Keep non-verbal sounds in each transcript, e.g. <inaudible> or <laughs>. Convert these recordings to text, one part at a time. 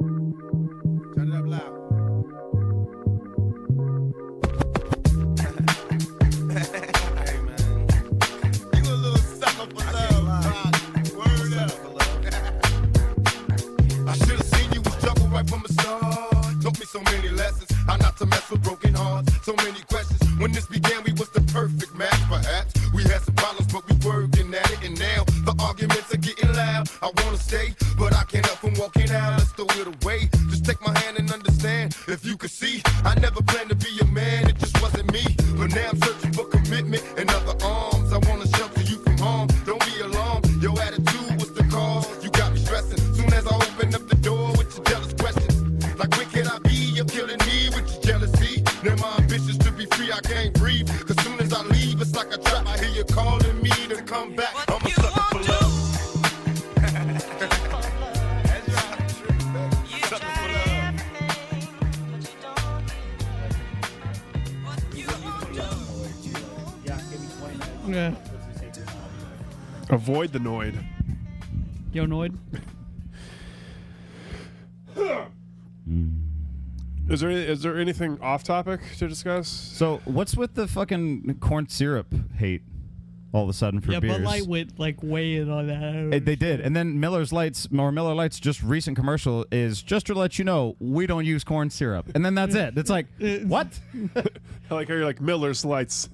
Turn it up loud. <laughs> Hey, man. You a little sucker for love, Rock. Word up. I should have seen you was trouble right from the start. Taught me so many lessons. How not to mess with broken hearts. So many questions. When this began, we was the perfect match, perhaps. We had some problems, but we working at it. And now the arguments are getting loud. I wanna stay, but I can't help from walking out. Let's throw it away. Just take my hand and understand. If you could see, I never planned to be a man. It just wasn't me. But now I'm searching for commitment and other arms. I wanna shelter you from harm. Don't be alarmed. Your attitude was the cause. You got me stressing. Soon as I open up the door with your jealous questions, like where could I be? You're killing me with your jealousy. Now my ambitions to be free, I can't breathe. Cause soon as I leave, it's like a trap. I hear you calling me to come back. What I'm a you sucker won't for love. That's You right. Sucker for love. tried everything, but you don't get what you won't do. Yeah. Avoid the Noid. Yo, Noid. Is there is there anything off topic to discuss? So what's with the fucking corn syrup hate all of a sudden for Yeah, beers? Bud Light went like way in on that. I don't Uh, know. They did, and then Miller's Lights or Miller Lights just recent commercial is just to let you know we don't use corn syrup, and then that's it. It's <laughs> like what I like how you're like <laughs> Miller's lights.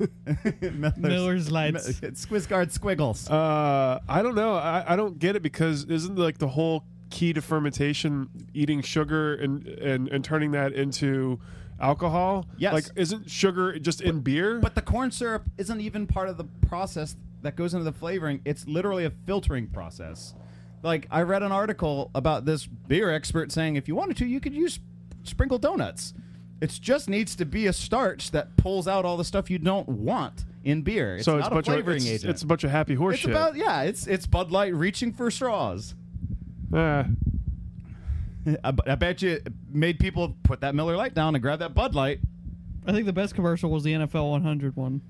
Miller's, Miller's Lights. Squiz Guard Squiggles. Uh, I don't know. I, I don't get it because isn't like the whole key to fermentation eating sugar and and, and turning that into alcohol? Yes. Like isn't sugar just in beer? but the corn syrup isn't even part of the process that goes into the flavoring. It's literally a filtering process. Like I read an article about this beer expert saying if you wanted to, you could use sprinkle donuts. It just needs to be a starch that pulls out all the stuff you don't want in beer. It's so it's not a bunch a flavoring of it's, agent. it's a bunch of happy horseshit. It's about yeah. It's it's Bud Light reaching for straws. <laughs> Ah. I, I bet you it made people put that Miller Light down and grab that Bud Light. I think the best commercial was the NFL 100 one.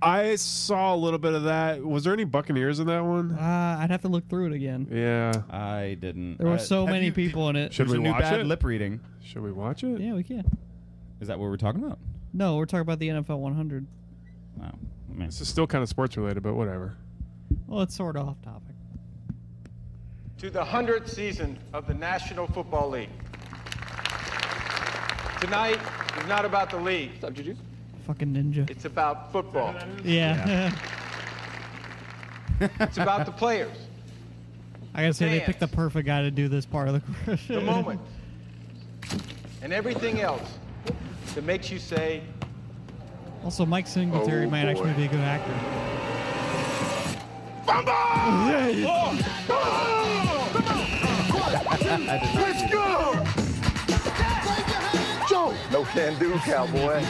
I saw a little bit of that. Was there any Buccaneers in that one? Uh, I'd have to look through it again. yeah. I didn't. There were Uh, so have many you- people in it. Should There's we a new watch bad it? lip reading. Should we watch it? Yeah, we can. Is that what we're talking about? No, we're talking about the NFL 100. Wow. I mean, This is still kind of sports related, but whatever. Well, it's sort of off topic. to the 100th season of the National Football League. Tonight is not about the league, Fucking ninja. it's about football. Yeah. It's about the players, <laughs> I gotta say, they Fans. picked the perfect guy to do this part of the commercial. the moment, and everything else that makes you say, <laughs> Also, Mike Singletary might actually be a good actor. Let's go! Joe! No can do, cowboy.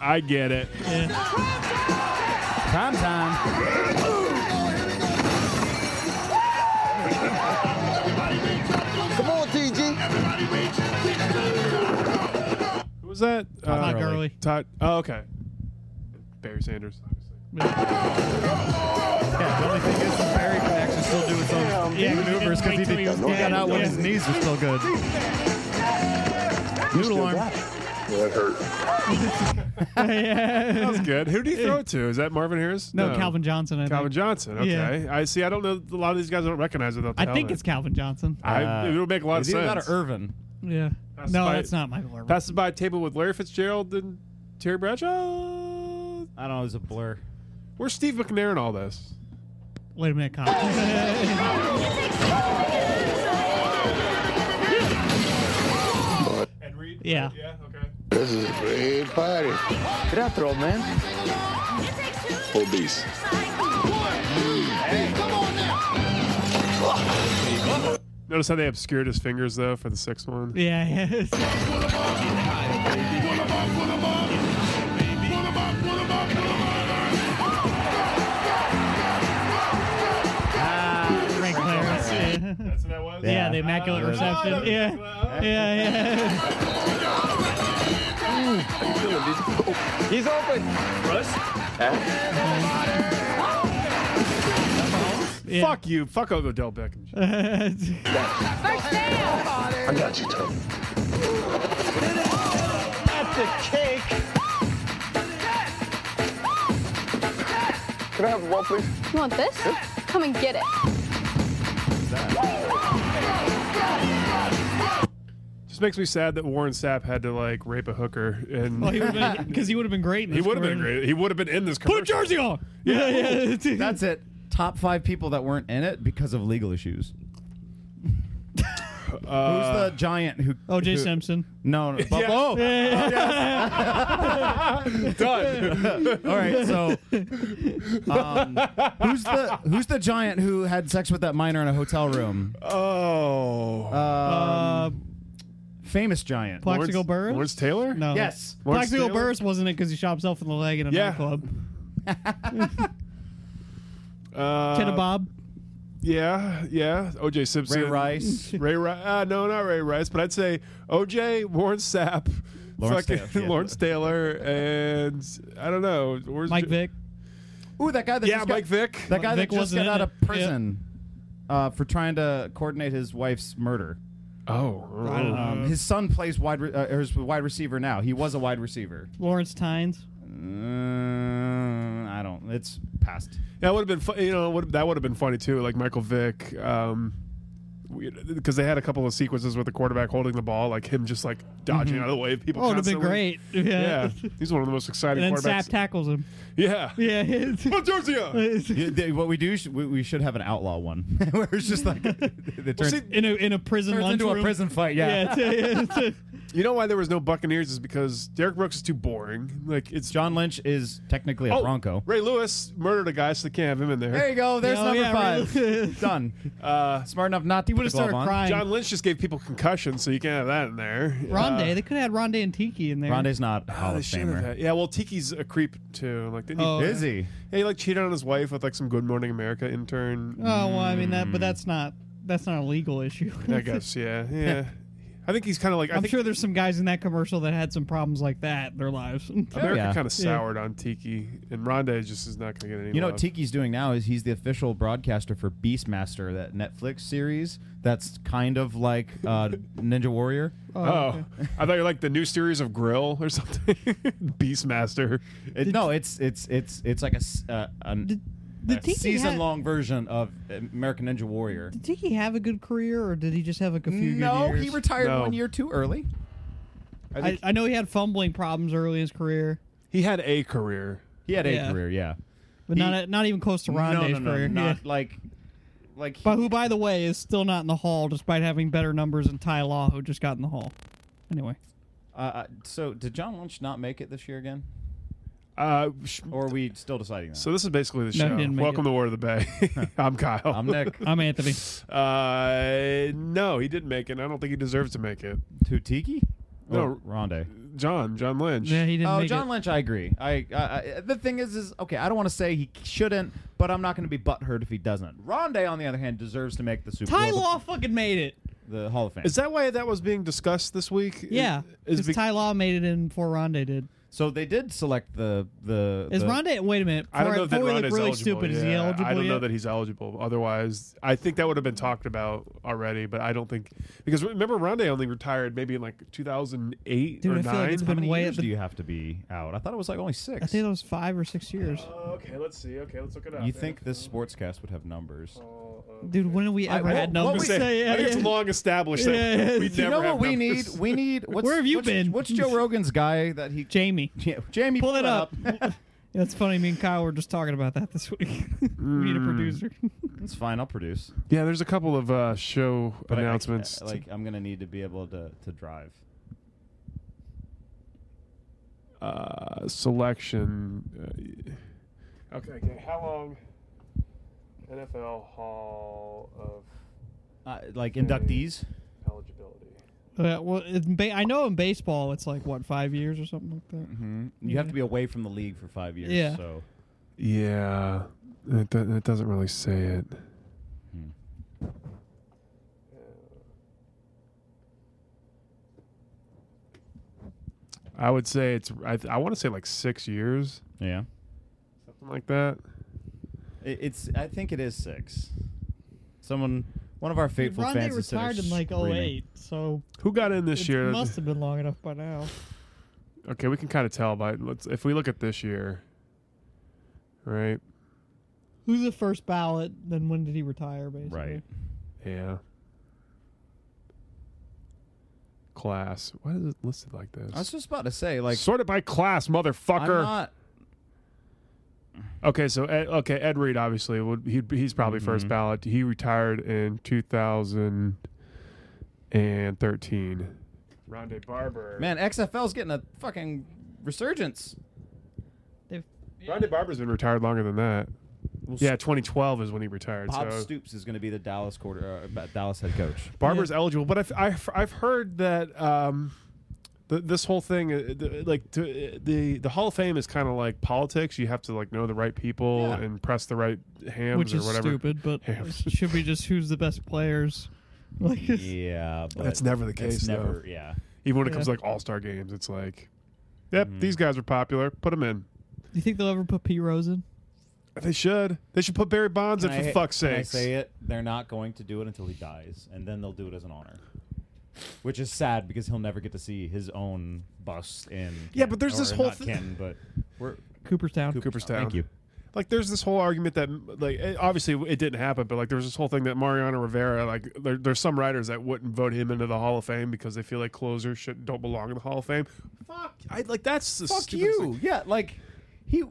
I get it. prime time. Come on, TG. Who was that? Todd Uh, Gurley. Todd. Oh, okay. Barry Sanders, <laughs> obviously. Yeah, the only thing is the Barry can actually still do its own Yeah, he didn't <laughs> maneuvers wait because he, till did, he was he got dead. out when Yeah. his knees were still good. Noodle arm. Well, that hurt. That was good. Who do you throw it to? Is that Marvin Harris? No, Calvin Johnson. I Calvin think. Johnson. Okay. Yeah. I see. I don't know. A lot of these guys I don't recognize without the I think helmet. it's Calvin Johnson. I, it'll make a lot of It's either that sense. or Irvin. Yeah. That's no, my- that's not Michael Irvin. Passes by a table with Larry Fitzgerald and Terry Bradshaw. I don't know. It was a blur. Where's Steve McNair in all this? Wait a minute, Kyle. <laughs> Ed Reed. Yeah. Yeah. Okay. This is a great party. Get out there, old man. Obese. Notice how they obscured his fingers though for the sixth one. yeah. Yes. Frank Clarence. Yeah. That's what that was. Yeah, the immaculate Ah, reception. that was- yeah. yeah, yeah. he's open. Russ? Yeah. Fuck you. Fuck Odell Beckham. I got you, Tony. That's a cake. Can I have a ball, please? You want this? Come and get it. Just makes me sad that Warren Sapp had to like rape a hooker and Well, he would have because he would have been great. in he this would have been commercial. great. He would have been in this commercial. Put a jersey on. Yeah, yeah. <laughs> That's it. Top five people that weren't in it because of legal issues. Who's the giant who? OJ who- Simpson. No, no. Buff- Yeah. <laughs> Oh, done. <laughs> all right. So, um, who's the who's the giant who had sex with that minor in a hotel room? oh. Uh, Famous giant. Pla- Lawrence- Plaxico Burress? Lawrence Taylor? no. yes. Lawrence Plaxico Taylor? Burris wasn't it because he shot himself in the leg in a Yeah. nightclub. Uh, Kid Bob. Yeah, yeah. OJ Simpson. Ray <laughs> Rice. <laughs> Ray Rice. Uh, no, not Ray Rice, but I'd say OJ, Warren Sapp, Lawrence fucking Taylor, yeah. <laughs> Lawrence Taylor, and I don't know. Where's Mike J- Vick. Ooh, that guy that Yeah, just got, Mike Vick. That guy Vic that just wasn't got out in it. of prison uh, for trying to coordinate his wife's murder. oh, I don't know. Um, his son plays wide, re- uh, or is a wide receiver now. He was a wide receiver. Lawrence Tynes. Mm, I don't. It's past. <laughs> That would have been fun. You know, would that would have been funny too. Like Michael Vick, um, because they had a couple of sequences with the quarterback holding the ball, like him just like dodging out of the way. of People. Oh, it would have been constantly. great. <laughs> Yeah. Yeah, he's one of <laughs> the most exciting And then quarterbacks. Sap tackles him. <laughs> yeah. Yeah. <laughs> Put Jersey on. You- they- what we do, sh- we, we should have an outlaw one <laughs> where it's just <laughs> like <laughs> it turns, see, in a in a prison turns into a lunchroom. prison fight. Yeah. <laughs> Yeah. it's- yeah, it's- You know why there was no Buccaneers is because Derek Brooks is too boring. Like <laughs> it's John Lynch is technically a Oh, Bronco. Ray Lewis murdered a guy, so they can't have him in there. There you go. There's Oh, number yeah, five. really. <laughs> Done. Uh, Smart enough not to. He would have started crying. John Lynch just gave people concussions, so you can't have that in there. Rondé. Uh, they could have had Rondé and Tiki in there. Rondé's not a Ah, oh, Hall they of should have Famer. had- yeah, well, Tiki's a creep too. Like, didn't Oh. he, Is he? yeah, he like cheated on his wife with like some Good Morning America intern. Oh well, I mean that, but that's not that's not a legal issue. Mm. <laughs> I guess, yeah, yeah. I think he's kind of like <laughs> I I'm think sure there's some guys in that commercial that had some problems like that in their lives. <laughs> America yeah. kind of soured on Tiki, and Rondé just is not going to get any. You know love. what Tiki's doing now is he's the official broadcaster for Beastmaster, that Netflix series that's kind of like <laughs> uh, Ninja Warrior. Oh, I thought you were like the new series of Grill or something. <laughs> Beastmaster. It- no, it's it's it's it's like a, s- uh, an- Did, did a Tiki season ha- long version of American Ninja Warrior. Did Tiki have a good career, or did he just have like a few No, good years? he retired No. one year too early. I, I know he had fumbling problems early in his career, He had a career. He had a Yeah. career, yeah. but He- not not even close to no, Rondé's no, no, career. not Yeah. like like. But he- who, by the way, is still not in the hall despite having better numbers than Ty Law, who just got in the hall. Anyway, uh, uh, so did John Lynch not make it this year again, Uh, sh- or are we still deciding that? So this is basically the No, show. he didn't make Welcome it. to War of the Bay. <laughs> I'm Kyle. I'm <laughs> Nick. I'm Anthony. <laughs> Uh, no, he didn't make it. and I don't think he deserves to make it. to Tiki? No. Or Rondé. John, John Lynch. Yeah, he didn't. Oh, make John it. Lynch, I agree. I, I, I the thing is, is okay. I don't want to say he shouldn't, but I'm not going to be butthurt if he doesn't. Rondé, on the other hand, deserves to make the Super Ty Bowl, Law fucking made it. the Hall of Fame. is that why that was being discussed this week? Yeah, Is, because be- Ty Law made it in before Rondé did. so they did select the the. Is the, Rondé? Wait a minute. I don't Before- know that before we Ron look is really eligible. stupid. Is he Yeah, eligible? I don't know yet? that he's eligible. Otherwise, I think that would have been talked about already. But I don't think because remember Rondé only retired maybe in like 2008 Dude, or I feel like nine. it's How been- many way years at the- do you have to be out? I thought it was like only six. I think that was five or six years. Oh, okay, let's see. Okay, let's look it up. you think this sportscast would have numbers? Oh. Dude, when have we ever what- had what numbers? we say- <laughs> Yeah, I think yeah. it's long established that Yeah, yeah. You we never you know what have we need? numbers. We <laughs> need. What's, Where have you what's- been? What's <laughs> Joe Rogan's guy that he? Jamie. Ja- Jamie, Pull it that up. That's funny. Me and Kyle were just talking about that this week. <laughs> we Mm. need a producer. <laughs> <laughs> It's fine. I'll produce. Yeah, there's a couple of uh, show But I- I- announcements. like I'm gonna need to be able to to drive. uh, selection. Uh, okay, okay. How long? NFL Hall of Uh, like inductees. Eligibility. Uh, well, in ba- I know in baseball it's like what five years or something like that. Mm-hmm. You have to be away from the league for five years. Yeah. So Yeah, it, do- it doesn't really say it. hmm. I would say it's. I, th- I want to say like six years, yeah, something like that. it's. I think it is six. Someone, one of our Dude, faithful Ron Day fans is retired in like 08, so Who got in this it year? must have been long enough by now. Okay, we can kind of tell by let's if we look at this year, right? Who's the first ballot? Then when did he retire? Basically, Right. Yeah. Class. Why is it listed like this? I was just about to say, like, Sorted by class, I'm motherfucker. not. okay, so Ed, okay, Ed Reed obviously would he he's probably Mm-hmm. first ballot. He retired in 2013. Rondé Barber. Man, XFL's getting a fucking resurgence. They've- Rondé Barber's been retired longer than that. Well, Yeah, 2012 is when he retired. Bob so Stoops is going to be the Dallas quarter, uh, ba- Dallas head <laughs> coach. Barber's eligible, but I've, I've I've heard that um, th- this whole thing, uh, the, like to, the the Hall of Fame is kind of like politics. You have to like know the right people Yeah. and press the right hands which or is whatever. stupid, but Yeah. it <laughs> should be just who's the best players. <laughs> Like, Yeah, but That's never the case, It's never, though. yeah. Even when it Yeah. comes to like All Star games, it's like, yep, Mm-hmm. these guys are popular. Put them in. <laughs> you think they'll ever put P Rose in? They should. They should put Barry Bonds Can in for I- fuck's can I sake. say it. They're not going to do it until he dies, and then they'll do it as an honor, which is sad because he'll never get to see his own bust in. Yeah, Can- but there's or this whole not thi- Ken, but we're Cooperstown. Cooperstown. Thank you. like there's this whole argument that like it- obviously it didn't happen but like there was this whole thing that mariano rivera like there, there's some writers that wouldn't vote him into the hall of fame because they feel like closers should don't belong in the hall of fame fuck i like that's <laughs> the Fuck stupidest you. thing. Yeah, like he.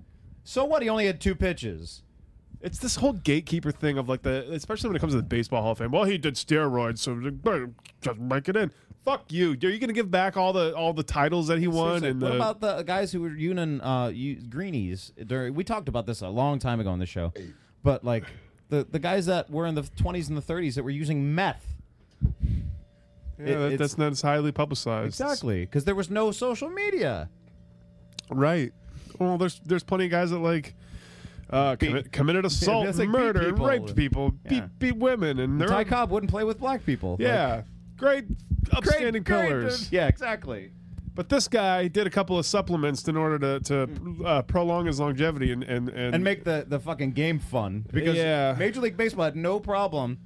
So what? He only had two pitches. it's this whole gatekeeper thing of like the especially when it comes to the baseball hall of fame well he did steroids so just make it in fuck you are you gonna give back all the all the titles that he won Seriously, and what the, about the guys who were union uh, u- greenies? During we talked about this a long time ago on the show, but like the the guys that were in the 20s and the 30s that were using meth. yeah, it- that- it's- that's not as highly publicized Exactly, because there was no social media. Right. Well, there's there's plenty of guys that like uh, commi- committed assault, that's like beat murder, and people. raped people, Yeah. beat beat women, and they're Ty Cobb wouldn't play with black people. yeah, great Like, great- upstanding great, colors. dude. yeah, exactly. But this guy did a couple of supplements in order to to uh, prolong his longevity and and and, And make the, the fucking game fun because Yeah. Major League Baseball had no problem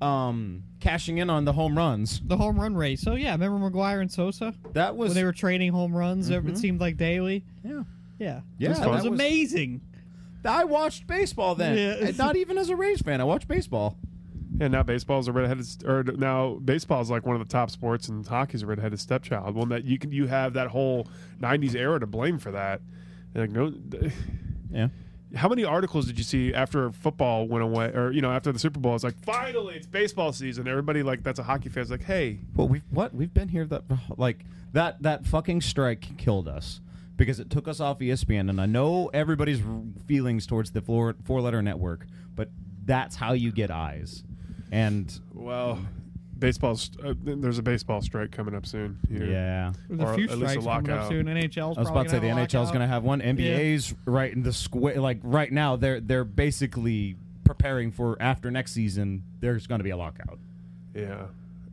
um, cashing in on the home runs. The home run race. Oh yeah, remember McGuire and Sosa That was when they were trading home runs? It seemed like daily. yeah. Yeah, Mm-hmm. Yeah, that that was, was- amazing. I watched baseball then. Yeah. And Not even as a Rays fan, I watched baseball. and now baseball's a redheaded st- or now baseball's like one of the top sports and hockey's a redheaded stepchild. One that you can you have that whole '90s era to blame for that. Like no, Yeah. how many articles did you see after football went away or you know after the super bowl it's like finally it's baseball season everybody like that's a hockey fan's like hey Well, we've what we've been here that <sighs> like that that fucking strike killed us because it took us off E ESPN, and I know everybody's r- feelings towards the four four letter network, but that's how you get eyes. And well baseball's uh, there's a baseball strike coming up soon here. yeah, There's a Or few at least a strikes coming lockout. up soon. NHL's I was about to say the NHL's going to have one. NBA's right in the square. Like right now, they're they're basically preparing for after next season. There's going to be a lockout. yeah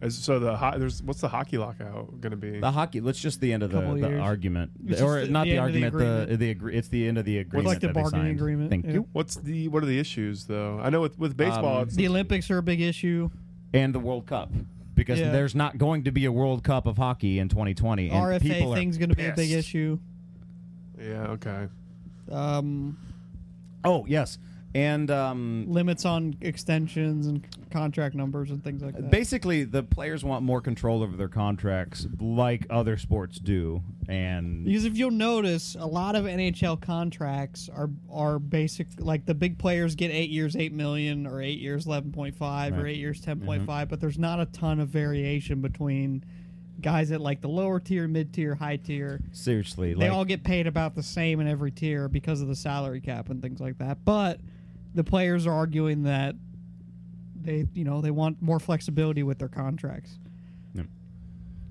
As- so the ho- there's what's the hockey lockout gonna be The hockey. Let's just the end of the, Couple the years. argument, It's or just the- not the the, end of the argument. The agreement. the agree, it's the end of the agreement. like the that they bargaining signed. agreement, Thank yeah. you. what's the what are the issues though i know with with baseball Um, it's The Olympics are a big issue. And the World Cup because Yeah. there's not going to be a World Cup of hockey in 2020. And people RFA are thing's going to be a big pissed. issue. yeah okay Um, Oh yes, and um, limits on extensions and contract numbers and things like Uh, that. basically the players want more control over their contracts, like other sports do, and Because if you'll notice, a lot of NHL contracts are are basic. Like the big players get eight years, eight million, or eight years, eleven point five, Right. or Mm-hmm. eight years, ten point five. But there's not a ton of variation between guys at like the lower tier, mid tier, high tier. seriously, They like, all get paid about the same in every tier because of the salary cap and things like that. But the players are arguing that they, you know, they want more flexibility with their contracts Yep.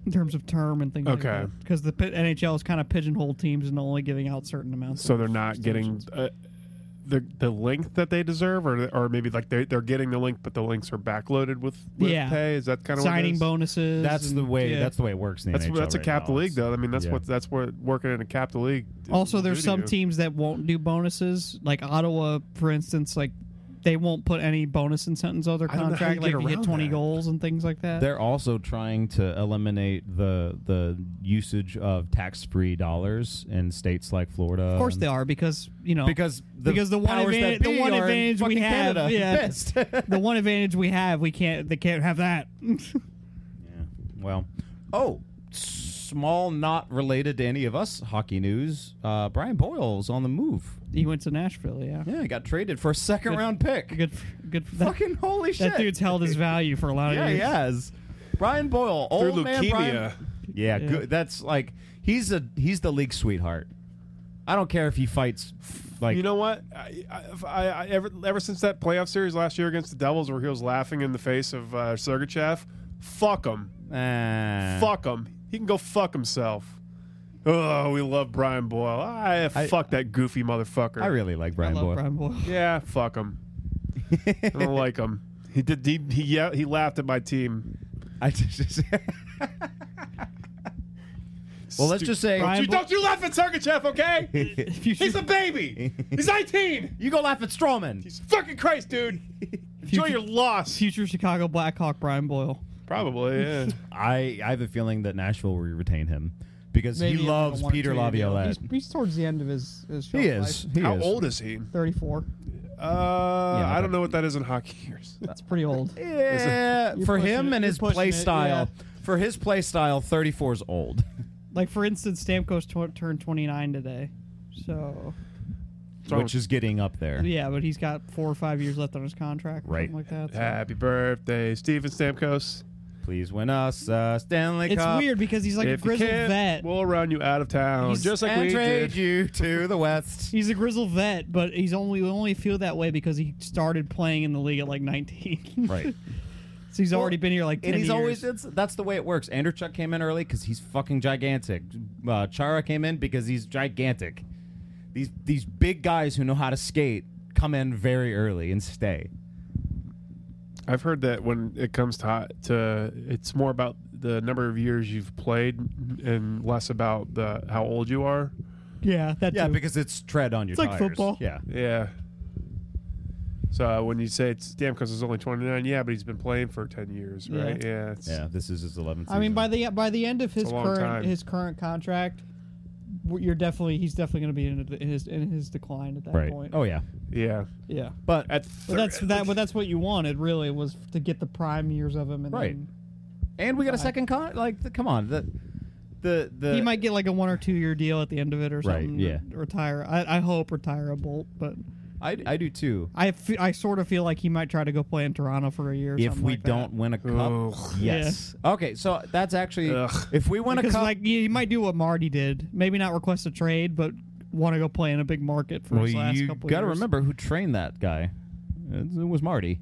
in terms of term and things. Okay. like because the pi- NHL is kind of pigeonhole teams and only giving out certain amounts. so of they're not getting extensions. uh, the the length that they deserve or or maybe like they, they're getting the link but the links are backloaded with, with Yeah. pay is that kind of what it signing is? bonuses. that's the and- way yeah. that's the way it works. In the That's NHL that's a right cap the now. league though. I mean, that's Yeah. what that's what working in a cap the league. Also, there's do to some you. teams that won't do bonuses, like Ottawa, for instance. Like they won't put any bonus incentives on their I don't know how contract, you like get if you hit around twenty that. goals and things like that. They're also trying to eliminate the the usage of tax free dollars in states like Florida. of course and- they are because you know Um, because the because the one powers advantage that be the one are in advantage we fucking have Canada. <laughs> yeah Pissed. <laughs> the one advantage we have we can't they can't have that <laughs> Yeah. Well, oh, small, not related to any of us hockey news. Uh, Brian Boyle's on the move. he went to Nashville yeah Yeah, he got traded for a second round pick. good for, good for that. Fucking holy shit! that dude's held his value for a lot of Yeah, years he has. Brian Boyle, Through old man Brian. leukemia. Yeah, good. That's like he's a he's the league sweetheart. I don't care if he fights. Like You know what? I, I, if I, I ever ever since that playoff series last year against the Devils, where he was laughing in the face of uh, Sergachev, fuck him, eh. fuck him. He can go fuck himself. Oh, we love Brian Boyle. I, I- fuck that goofy motherfucker. I really like I Brian love Boyle. <laughs> Brian Boyle yeah, fuck him. I don't like him. He did. He, he yeah. He laughed at my team. I just, well, let's Stu- just say Don't you, don't you laugh at Sergachev, okay? if <laughs> you He's a baby. He's 19. you go laugh at Strawman. He's fucking Christ, dude. Enjoy your loss. future Chicago Blackhawk Brian Boyle Probably. Yeah. I I have a feeling that Nashville will retain him because Maybe he in like a loves one or Peter two year deal. Laviolette. He's, he's towards the end of his his shelf He is. life. He How is. old is he? Thirty-four. Uh, Yeah, I but- don't know what that is in hockey years. That's pretty old. Yeah, You're for pushing him it. and You're his pushing play it, style. For his play style, 34 is old. <laughs> like for instance Stamkos t- turned twenty nine today so which is getting up there. yeah but he's got four or five years left on his contract or Right. something like that so. Ah, Happy birthday, Steven Stamkos. Please win us uh, Stanley it's Cup. weird because he's like if a you grizzled can't, vet we'll run you out of town, He's- just like and we trade did. you to the <laughs> West. He's a grizzled vet, but he's only we only feel that way because he started playing in the league at like <laughs> 19. Right. so he's already been here like 10 And he's years. always it's, that's the way it works. Andrew Chuck came in early because he's fucking gigantic. Uh, Chara came in because he's gigantic. These these big guys who know how to skate come in very early and stay. I've heard that when it comes to, hot, to it's more about the number of years you've played and less about the how old you are. yeah, that Yeah, too. because it's tread on your It's like tires. football. Yeah, Yeah. So uh, when you say it's Stamkos is only 29, yeah, but he's been playing for 10 years, right? Yeah. it's- Yeah, this is his 11th I mean, by the by the end of his a long current time. his current contract, w- you're definitely he's definitely going to be in, a- in his in his decline at that right. point. Oh yeah. yeah. yeah. but At But thir- that's that. But that's what you wanted, really, was to get the prime years of him, and Right. then and we got a second con. Like, the, come on, the the the he might get like a one or two year deal at the end of it or Right, something. yeah. Retire. I, I hope retire a bolt, but I, I do too. I fe- I sort of feel like he might try to go play in Toronto for a year. Or If something we like that. don't win a cup, Ugh. yes. Okay, so that's actually Ugh. if we win because a cup, like he he might do what Marty did, maybe not request a trade, but want to go play in a big market for well, his last you couple. got to years. remember who trained that guy. It was Marty.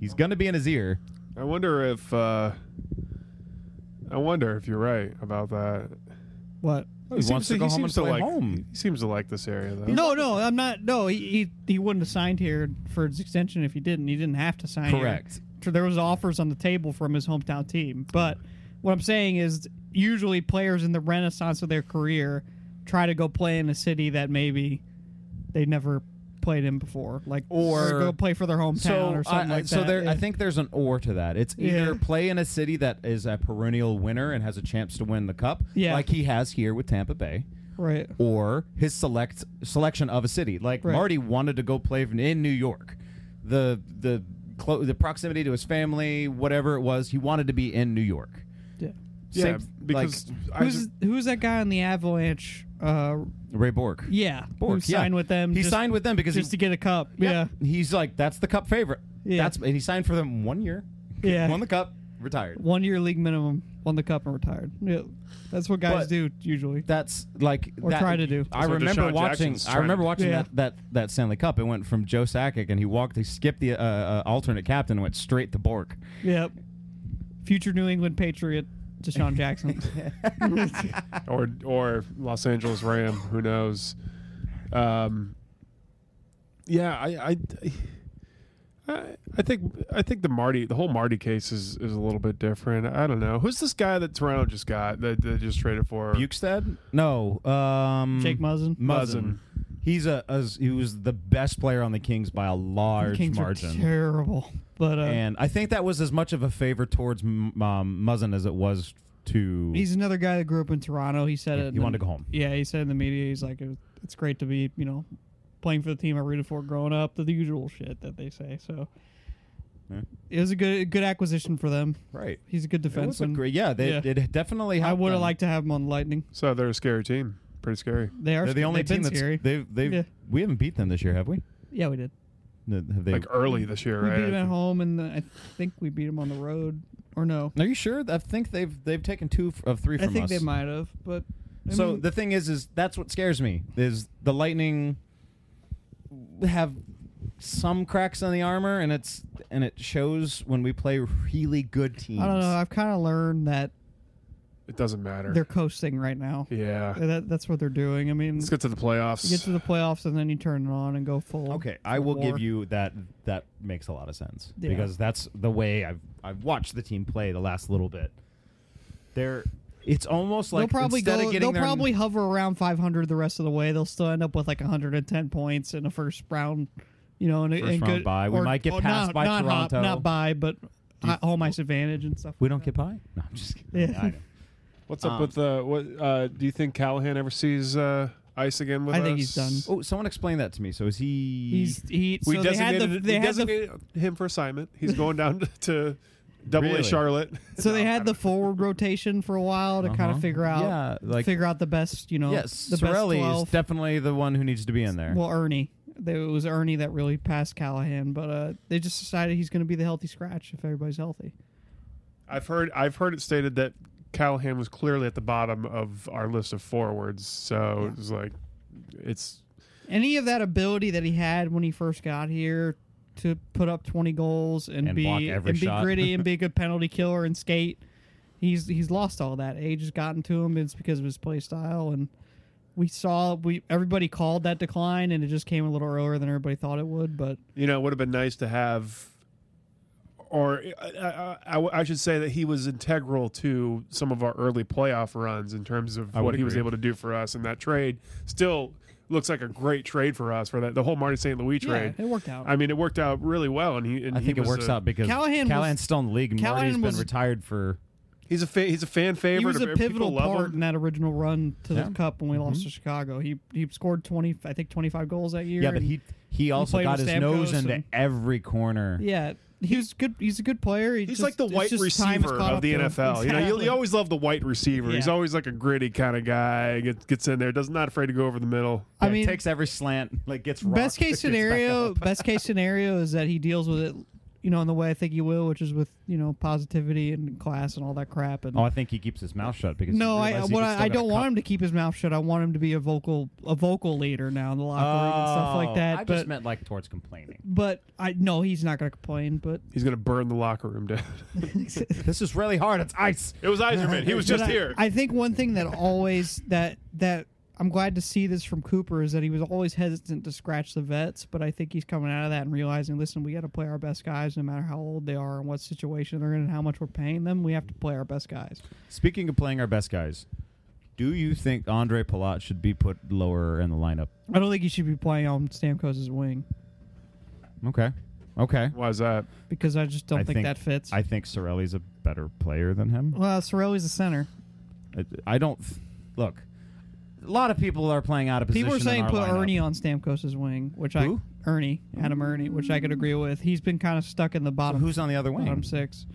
He's Oh. gonna be in his ear. I wonder if uh, I wonder if you're right about that. what. He, wants to go home and play like, home. He seems to like this area though. No, no, I'm not. No, he, he he wouldn't have signed here for his extension if he didn't. He didn't have to sign. here. Correct. Tr- There was offers on the table from his hometown team, but what I'm saying is, usually players in the renaissance of their career try to go play in a city that maybe they never played in before, like Or- go play for their hometown So, or I, something like so that. there, Yeah. I think there's an or to that. It's either Yeah. play in a city that is a perennial winner and has a chance to win the cup, Yeah. like he has here with Tampa Bay, right. or his select selection of a city. Like Right. Marty wanted to go play from- in New York. The the clo- the proximity to his family, whatever it was, he wanted to be in New York. Yeah. yeah, Same- because I Who's just- who's that guy on the Avalanche? Uh, like Ray Bork. yeah, who Bork, yeah. signed with them. He just- signed with them because just he, to get a cup. Yeah, he's like that's the cup favorite. Yeah. That's and he signed for them one year. Yeah. won the cup, retired. one year league minimum, won the cup and retired. Yeah, that's what guys But- do usually. That's like Or that- try to do. I That's what remember Deshaun watching. Jackson's I trying remember to- watching Yeah. that, that that Stanley Cup. It went from Joe Sakic and he walked. He skipped the uh, uh, alternate captain, and went straight to Bork. Yep. Future New England Patriot Deshaun Jackson. or or Los Angeles Ram, who knows? Um, yeah, I, I, I, I think I think the Marty, the whole Marty case is is a little bit different. I don't know who's this guy that Toronto just got that they just traded for. Bukestad? No. Um, Jake Muzzin. Muzzin. He's a, a he was the best player on the Kings by a large Kings are margin. terrible, but uh, and I think that was as much of a favor towards M- um, Muzzin as it was to. he's another guy that grew up in Toronto. He said it. in he the- wanted to go home. Yeah, he said in the media, he's like, "It- it's great to be, you know, playing for the team I rooted for growing up. The usual shit that they say. So Yeah. it was a good good acquisition for them. Right. He's a good It was a defenseman. great, yeah, they, Yeah. it definitely. I helped would have them. liked to have him on Lightning. So they're a scary team. Pretty scary. They are They're the only they've been team that's scary. they've they've Yeah. we haven't beat them this year, have we? yeah, we did. No, Have they? Like early this year, We right? beat him at home, and uh, I think we beat him on the road, or no? are you sure? I think they've they've taken two f- of three I from think us. they might have, but I so mean, the thing is, is that's what scares me is the lightning have some cracks on the armor, and it's and it shows when we play really good teams. I don't know. I've kind of learned that It doesn't matter. they're coasting right now. yeah. That, that's what they're doing. I mean, Let's get to the playoffs. you get to the playoffs and then you turn it on and go full. Okay, I will Or- give you that. That makes a lot of sense Yeah. because that's the way I've I've watched the team play the last little bit. They're it's almost like they'll probably instead go. of getting They'll their- probably hover around 500 the rest of the way. They'll still end up with like 110 points in the first round. You know, and, First and round good, bye. We or- might get or passed not, by not hop- Toronto. not by, but hi- home ice advantage and stuff. we don't get by. No, I'm just kidding. Yeah. I know. What's up with the? What uh, do you think Callahan ever sees uh, ice again with I us? think he's done. Oh, someone explained that to me. So is he? He's he. We so they had the designated, they we had the designated him for assignment. He's going down <laughs> to, to Double A Really? Charlotte. So they had the forward rotation for a while to kind Uh-huh. of figure out, Yeah, like- figure out the best, you know, yes, the best Sorelli is twelve. definitely the one who needs to be in there. well, Ernie, They- it was Ernie that really passed Callahan, but uh, they just decided he's going to be the healthy scratch if everybody's healthy. I've heard I've heard it stated that Callahan was clearly at the bottom of our list of forwards. So it was like it's Any of that ability that he had when he first got here to put up twenty goals and, And be block every and be shot. <laughs> gritty and be a good penalty killer and skate, he's he's lost all that. Age has gotten to him. It's because of his play style and. We saw we everybody called that decline and it just came a little earlier than everybody thought it would, but you know it would have been nice to have. Or I, I, I- I should say that he was integral to some of our early playoff runs in terms of I what would he was agree. able to do for us, and that trade still looks like a great trade for us for that the whole Marty St. Louis trade. Yeah, it worked out. I mean, it worked out really well, and he. And I he think it was works a- out because Callahan was- Callahan's still in the league. and Callahan Marty's been was- retired for He's a fa- he's a fan favorite. he was a People pivotal love part in him. that original run to Yeah. Mm-hmm. the cup when we lost to Chicago. He he scored twenty, I think twenty five goals that year. yeah, but and- he he also played got his with nose Stamkos into and- every corner. yeah he was good. He's a good player. He He's just- like the it's white just time has receiver caught of up the to him. NFL. You know, you, Exactly. you always love the white receiver. He's Yeah. always like a gritty kind of guy. Gets, gets in there, does not afraid to go over the middle. I Yeah, mean, takes every slant, <laughs> like gets rocked, best gets case back scenario. up. best <laughs> case scenario is that he deals with it, you know, in the way I think he will, which is with you know positivity and class and all that crap. And Oh, I think he keeps his mouth shut because no, he I realized he what could still I, I get a don't want cup. him to keep his mouth shut. I want him to be a vocal a vocal leader now in the locker room and stuff Oh, like that. I but just meant like towards complaining. but I no, he's not going to complain. But He's gonna burn the locker room down. <laughs> This is really hard. It's ice. it was Eiserman. He was But just I, here. I think one thing that always that that I'm glad to see this from Cooper is that he was always hesitant to scratch the vets, but I think he's coming out of that and realizing, listen, we got to play our best guys no matter how old they are and what situation they're in and how much we're paying them. We have to play our best guys. Speaking of playing our best guys, do you think Andre Palat should be put lower in the lineup? I don't think he should be playing on Stamkos' wing Okay, okay. Why is that? because I just don't I think, that fits. I think Sorelli's a better player than him. well, Sorelli's the center. I, I don't th- look. A lot of people are playing out of position. People are in saying our put lineup. Ernie on Stamkos' wing, which Who? I Ernie Adam Ernie, which I could agree with. He's been kind of stuck in the bottom. Who's on the other wing? Bottom six.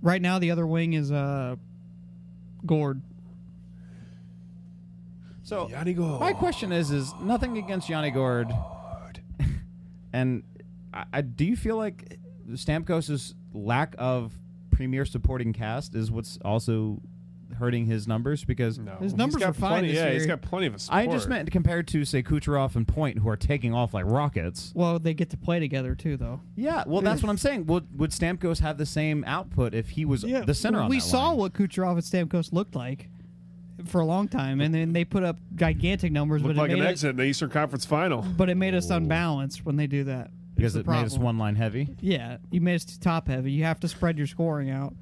Right now, the other wing is uh, Gord. So Yanni go. My question is: is nothing against Yanni Gord, <laughs> and I, I, do you feel like Stamkos's lack of premier supporting cast is what's also hurting his numbers? Because No. His numbers he's are got fine Plenty, this yeah, year. he's got plenty of support. I just meant compared to say Kucherov and Point, who are taking off like rockets. Well, they get to play together too, though. Yeah, well, that's what I'm saying. Would, would Stamkos have the same output if he was the center on we that saw line? what Kucherov and Stamkos looked like for a long time, and then they put up gigantic numbers, but looked it, like an made us, exit in the Eastern Conference Final. but it made us unbalanced when they do that. It's because the it made us problem. one line heavy. Yeah, you made us too top heavy. You have to spread your scoring out.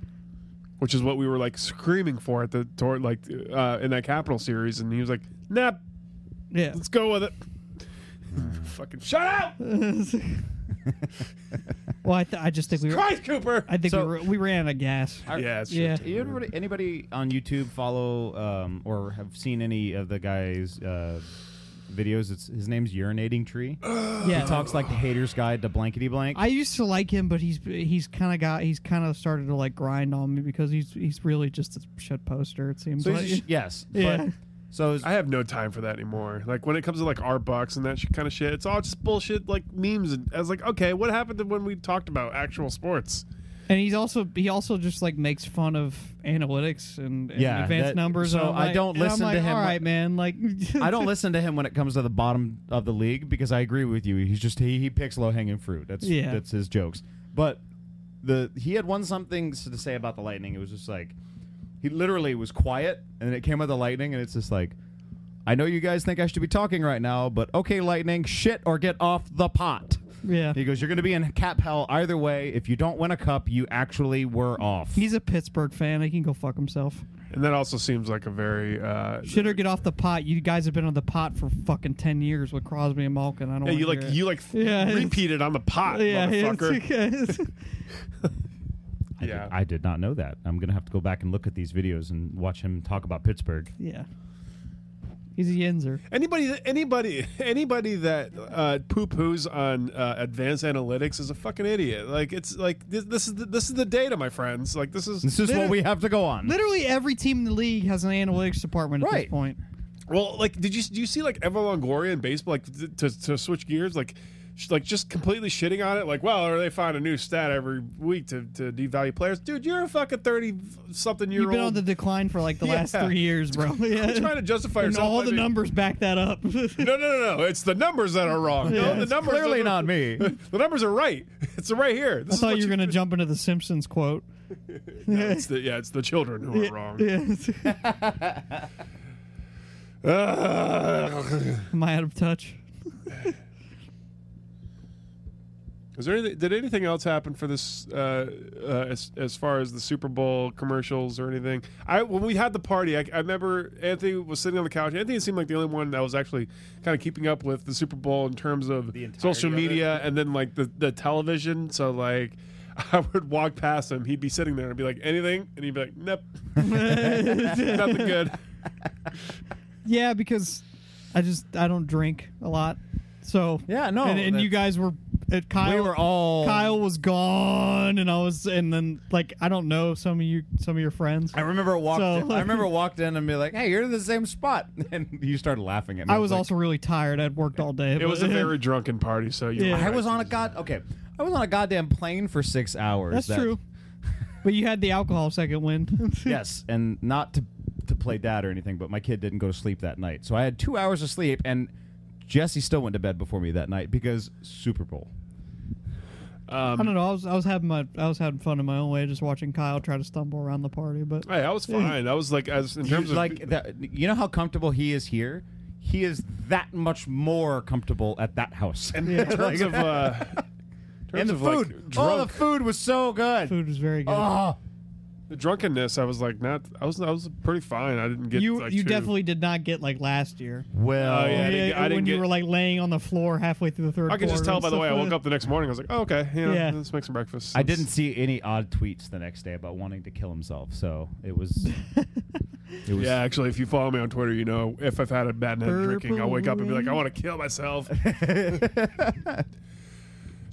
which is what we were like screaming for at the toward like uh, in that Capital series, and he was like, "Nah, Yeah, let's go with it." <laughs> Fucking shut up! <laughs> <laughs> Well, I, th- I just think we were, Christ, Cooper! I think So- we, were, we ran out of gas. yeah, it's yeah. true. You anybody, anybody on YouTube follow um, or have seen any of the guy's uh, videos? It's his name's urinating tree. yeah. He talks like the hater's guide to blankety blank. I used to like him, but he's he's kind of got he's kind of started to like grind on me because he's he's really just a shit poster. It seems so like. he's a sh- yes, yeah. But, so is, I have no time for that anymore. Like when it comes to like art bucks and that sh- kind of shit, it's all just bullshit like memes. And I was like, okay, what happened to when we talked about actual sports? and he's also he also just like makes fun of analytics and, and Yeah, advanced that- numbers. so and I'm I like- don't and I'm listen like, to him. All right, man. Like <laughs> I don't listen to him when it comes to the bottom of the league because I agree with you. He's just he, he picks low hanging fruit. That's Yeah. that's his jokes. But the he had one something s- to say about the Lightning. It was just like he literally was quiet, and then it came with the Lightning, and it's just like. I know you guys think I should be talking right now, but okay, Lightning, shit or get off the pot. Yeah. He goes, You're going to be in cap hell either way. If you don't win a cup, you actually were off. He's a Pittsburgh fan. He can go fuck himself. And that also seems like a very uh, Shit or get off the pot. You guys have been on the pot for fucking ten years with Crosby and Malkin. I don't. Yeah, wanna you like hear it. you like Yeah, it's- repeated on the pot, yeah, <laughs> motherfucker. it's- Yeah, I did not know that. I'm going to have to go back and look at these videos and watch him talk about Pittsburgh. <laughs> yeah. He's a Yenzer. anybody that- anybody anybody that uh, poo poos on uh, advanced analytics is a fucking idiot. Like it's like this, this is the, this is the data, my friends. Like this is This is what we have to go on. Literally every team in the league has an analytics department at this Right. point. Well, like, did you do you see like Eva Longoria in baseball? Like, th- to, to switch gears, like, sh- like just completely shitting on it. Like, well, or they find a new stat every week to, to devalue players. Dude, you're a fucking thirty something year You've been old. on the decline for like the last Yeah. three years, <laughs> bro. <laughs> Yeah. trying to justify and yourself all by the being- numbers back that up. <laughs> <laughs> No, no, no, no. It's the numbers that are wrong. Yeah, no, the it's numbers clearly are, not me. <laughs> The numbers are right. It's right here. I This is thought what you were gonna jump into the Simpsons quote. <laughs> No, it's the, yeah, it's the children who are wrong. <laughs> Yeah. Ugh. Am I out of touch? Is there anything, did anything else happen for this uh, uh, as, as far as the Super Bowl commercials or anything? I when we had the party, I, I remember Anthony was sitting on the couch. Anthony seemed like the only one that was actually kind of keeping up with the Super Bowl in terms of social media and then like the, the television. So like, <laughs> I would walk past him, he'd be sitting there and be like, "Anything?" and he'd be like, "Nope, <laughs> nothing good." Yeah, because I just I don't drink a lot. So Yeah, no, and, and you guys were at Kyle. we were all. Kyle was gone, and I was, and then like I don't know some of you, some of your friends. I remember walked. So- I remember walked in and be like, "Hey, you're in the same spot," <laughs> and you started laughing at me. I was like- also really tired. I'd worked all day. It <laughs> was a very drunken party, so you. Yeah. I was on a god. Okay, I was on a goddamn plane for six hours. That's that- true. But you had the alcohol second <laughs> win. Yes, and not to to play dad or anything, but my kid didn't go to sleep that night, so I had two hours of sleep, and Jesse still went to bed before me that night because Super Bowl. I Um, don't know. I was I was having my I was having fun in my own way, just watching Kyle try to stumble around the party. But Hey, I was fine. I was like, as in You- terms of like that, you know how comfortable he is here. He is that much more comfortable at that house. <laughs> And, in terms of uh, in terms the of, like, food, drunk- oh, the food was so good. food was very good. Oh, the drunkenness, I was like not. I was I was pretty fine. I didn't get you like, you too- definitely did not get like last year. well, Oh, yeah, I didn't, get- I when didn't you get. were like laying on the floor halfway through the third. I can quarter just tell and by the stuff way. I like woke that. up the next morning. I was like, oh, okay, you know, Yeah. let's make some breakfast. I didn't see any odd tweets the next day about wanting to kill himself. So it was, it was Yeah, actually, if you follow me on Twitter, you know if I've had a bad night of drinking, I'll wake up and be like, I want to <laughs> kill myself.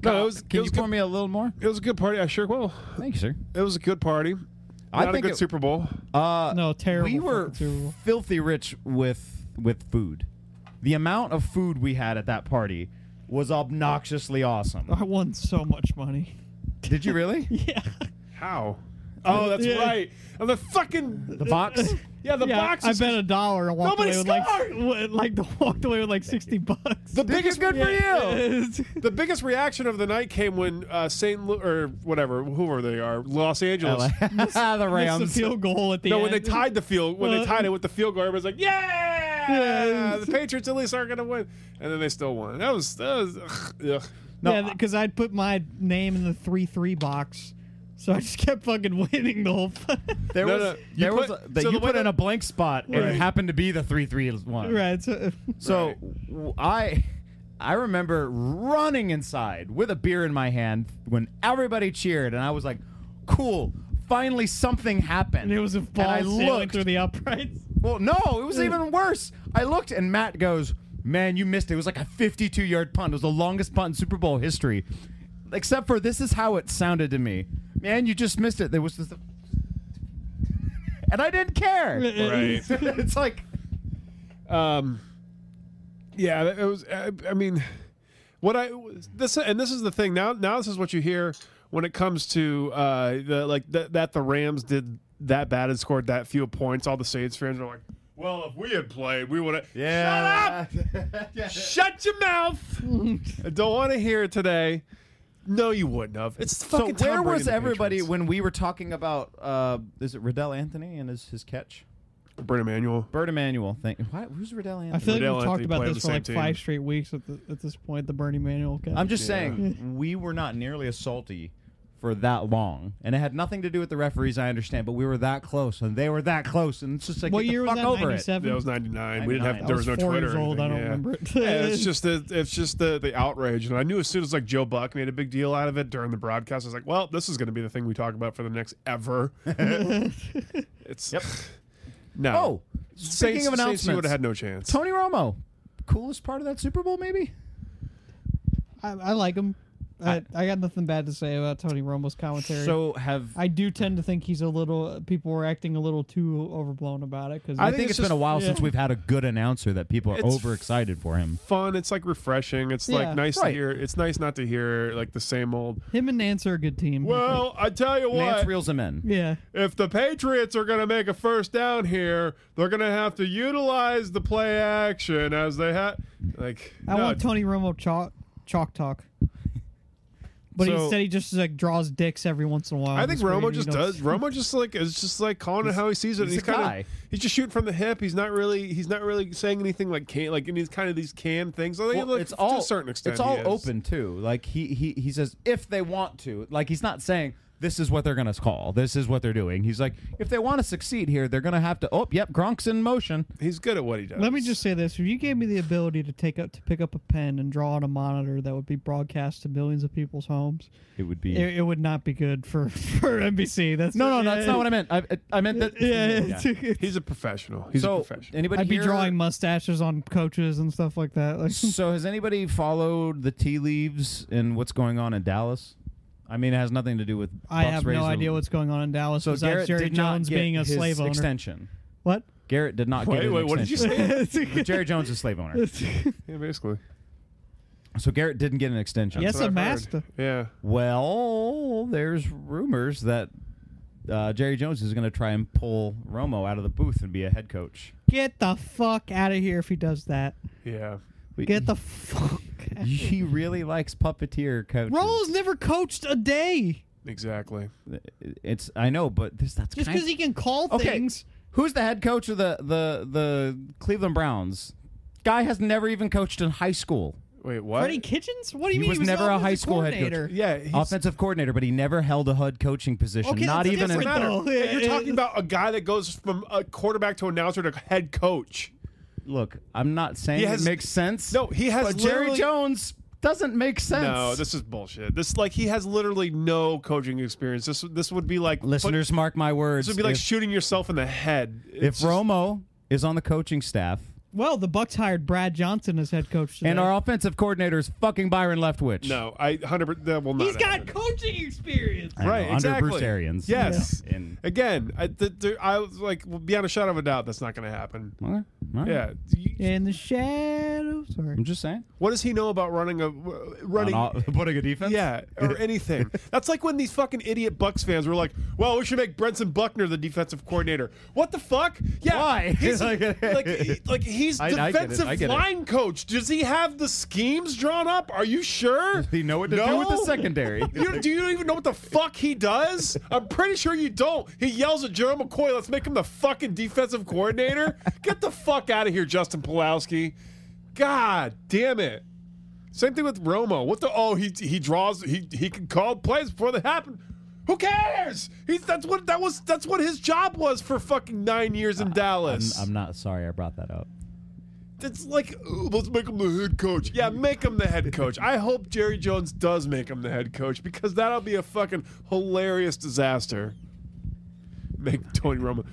no, it was. Can it you was pour good, me a little more? It was a good party. I sure will. Thank you, sir. It was a good party. I Not a think good it- Super Bowl. Uh, No, terrible. we were fucking Super Bowl. filthy rich with with food. The amount of food we had at that party was obnoxiously I awesome. won so much money. <laughs> Did you really? Yeah. How? Oh, that's Yeah. right. And the fucking The box. yeah, the yeah, box. I is- bet a dollar and walked Nobody away with <laughs> like, with, like walked away with like sixty bucks. the biggest good for you. <laughs> The biggest reaction of the night came when uh, St. Lu- or whatever, whoever they are, Los Angeles. <laughs> the the Rams. field goal at the <laughs> No, end. when they tied the field, when they Well- tied it with the field goal, everybody's like, "Yeah, Yeah. the Patriots at least aren't going to win," and then they still won. That was, that was ugh, ugh. No, yeah, because I'd put my name in the three three box, so I just kept fucking winning the whole. Fu- <laughs> There No, was no, you there was put- a, that so you the way put in that- a blank spot and Right. it happened to be the three three one. right. So, So w- I I remember running inside with a beer in my hand when everybody cheered, and I was like, "Cool, finally something happened." And it was a And I ball sailing looked through the uprights. well, no, it Mm. was even worse. I looked and Matt goes, Man, you missed it. It was like a 52 yard punt. It was the longest punt in Super Bowl history. Except for this is how it sounded to me. Man, you just missed it. There was this. <laughs> And I didn't <laughs> care. Right. it's like, Um, yeah, it was. I, I mean, what I this and this is the thing now. Now this is what you hear when it comes to uh, the like th- that the Rams did that bad and scored that few points. All the Saints fans are like, "Well, if we had played, we would have." yeah. <laughs> Shut your mouth! I don't want to hear it today. No, you wouldn't have. It's So, fucking. Tom where Brady was and the everybody Patriots. when we were talking about, uh, is it Riddell Anthony and his, his catch? Brent Emanuel. Bird Emanuel thing. Why, who's Riddell Anthony? I feel like Riddell we've and talked Anthony about play on this the for like same five team. straight weeks at, the, at this point. The Bernie Manuel catch. I'm just saying we were not nearly as salty for that long, and it had nothing to do with the referees. I understand, but we were that close, and they were that close, and it's just like what get the year was fuck that? over it. That 97? was ninety nine. We didn't have. 99. There I was, was no four Twitter. years or old. I anything, don't yeah. remember it. yeah, <laughs> it's just the it's just the the outrage, and I knew as soon as like Joe Buck made a big deal out of it during the broadcast, I was like, well, this is going to be the thing we talk about for the next ever. it's yep. No. Oh, speaking Saints, of announcements, would have had no chance. Tony Romo, coolest part of that Super Bowl, maybe. I, I like him. I, I got nothing bad to say about Tony Romo's commentary. So have I, I do tend to think he's a little. People were acting a little too overblown about it because I think, think it's it's been a just- while yeah. since we've had a good announcer that people are It's overexcited for him. Fun. It's like refreshing. It's Yeah, like nice right. to hear. It's nice not to hear like the same old. him and Nance are a good team. I think. Well, I tell you Nance what, reels him in. yeah, if the Patriots are going to make a first down here, they're going to have to utilize the play action as they had. Like, I no, want Tony Romo chalk chalk talk. But So- instead, he just like draws dicks every once in a while. I on think the screen. Romo You just don't- does. Romo just like is just like calling it how he sees it. he's He's, a kind guy. of he's just shooting from the hip. He's not really he's not really saying anything like can like and he's kind of these canned things. I think Well, like, it's all to a certain extent. It's all he is. open too. Like he, he he says if they want to. Like he's not saying this is what they're gonna call. This is what they're doing. He's like if they want to succeed here, they're gonna have to. Oh, yep, Gronk's in motion. He's good at what he does. Let me just say this: if you gave me the ability to take up to pick up a pen and draw on a monitor that would be broadcast to millions of people's homes, It would be. it, it would not be good for <laughs> for NBC. That's no, no, no, that's not what I meant. I, I meant that. Yeah, <laughs> yeah. He's a professional. He's a So professional. anybody I'd be here- drawing mustaches on coaches and stuff like that. Like, So has anybody followed the tea leaves and what's going on in Dallas? I mean, it has nothing to do with. <laughs> I Bucks have no raising- idea what's going on in Dallas So besides Garrett Jerry did not Jones get being a his slave owner. extension. What? Garrett did not get wait, an wait, what did you extension. <laughs> say? Jerry Jones is a slave owner. yeah, basically. So Garrett didn't get an extension. yes, That's what a I've heard. master. Yeah. Well, there's rumors that uh, Jerry Jones is going to try and pull Romo out of the booth and be a head coach. Get the fuck out of here if he does that. Yeah. Get the fuck. out. He really likes puppeteer coaches. Roll's never coached a day Exactly. It's I know, but this that's just kind- because he can call okay. things. Who's the head coach of the the the Cleveland Browns? Guy has never even coached in high school. Wait, what? Freddie Kitchens? What do He you mean? was he was never a offensive high school head coach. coordinator? yeah. He's, Offensive coordinator, but he never held a HUD coaching position. Okay, not that's even in different, matter. though. Yeah, <laughs> you're talking about a guy that goes from a quarterback to announcer to head coach. look. I'm not saying He has- it makes sense. No, he has but Jerry literally- Jones doesn't make sense. No, this is bullshit. This like he has literally no coaching experience. This this would be like Listeners, mark my words. This would be like if, shooting yourself in the head. if It's just- Romo is on the coaching staff Well, the Bucks hired Brad Johnson as head coach today. and our offensive coordinator is fucking Byron Leftwich, no, I hundred percent that will not. he's got happen. coaching experience. I know, right under exactly. Bruce Arians, Yes, Yeah. And- again, I, th- th- I was like well, beyond a shadow of a doubt that's not going to happen. Well, all right. Yeah, You- In the shadows. Sorry. I'm just saying. what does he know about running a running? On all- <laughs> putting a defense. <laughs> yeah, <laughs> or anything. That's like when these fucking idiot Bucks fans were like, "Well, we should make Brenson Buckner the defensive coordinator." What the fuck? Yeah, Why? <laughs> He's Like- like, he- <laughs> like he's I- I get it, I defensive get it. line coach. Does he have the schemes drawn up? Are you sure? They know what to do No? with the secondary. <laughs> You, do you even know what the fuck he does? I'm pretty sure you don't. He yells at Jerome McCoy, let's make him the fucking defensive coordinator. Get the fuck out of here, Justin Pulowski. God damn it. Same thing with Romo. What the oh he he draws he he can call plays before they happen. Who cares? He's that's what that was that's what his job was for fucking nine years in I'm, Dallas. I'm not sorry I brought that up. It's like "Oh, let's make him the head coach. Yeah, make him the head coach. I hope Jerry Jones does make him the head coach because that'll be a fucking hilarious disaster. Make Tony Romo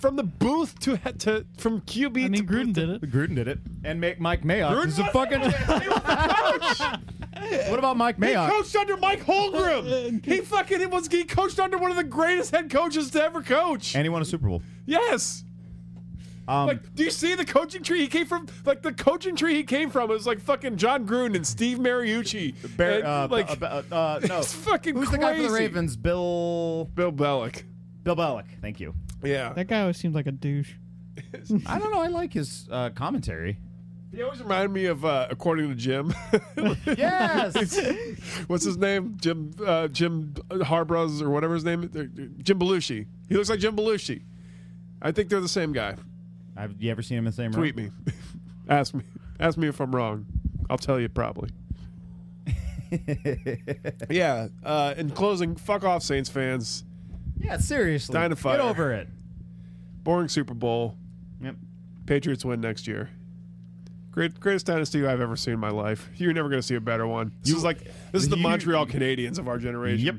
from the booth to to from QB. I mean, to Gruden did it. Gruden did it, and make Mike Mayock. Gruden is a was- fucking. <laughs> <laughs> what about Mike He Mayock? coached under Mike <laughs> Holmgren. he fucking he was he coached under one of the greatest head coaches to ever coach. And he won a Super Bowl. yes. Um, Like, do you see the coaching tree he came from? Like the coaching tree he came from is like fucking John Gruden and Steve Mariucci. Bear- And, uh, like uh, uh, <laughs> uh, no. it's fucking Who's crazy. the guy for the Ravens? Bill Bill Belichick. Bill Belichick. Thank you. Yeah, That guy always seems like a douche. I don't know. I like his uh, commentary. he always reminded me of uh, according to <laughs> Jim. Yes. <laughs> What's his name? Jim uh, Jim Harbros or whatever his name. is. Jim Belushi. He looks like Jim Belushi. I think they're the same guy. Have you ever seen him in the same room? Tweet me. <laughs> ask me. Ask me if I'm wrong. I'll tell you probably. yeah. Uh, in closing, fuck off, Saints fans. <laughs> Yeah, seriously. Dine of fire. Get over it. Boring Super Bowl. Yep. Patriots win next year. Great, greatest dynasty I've ever seen in my life. You're never going to see a better one. This is like this is the you- Montreal Canadiens of our generation. Yep.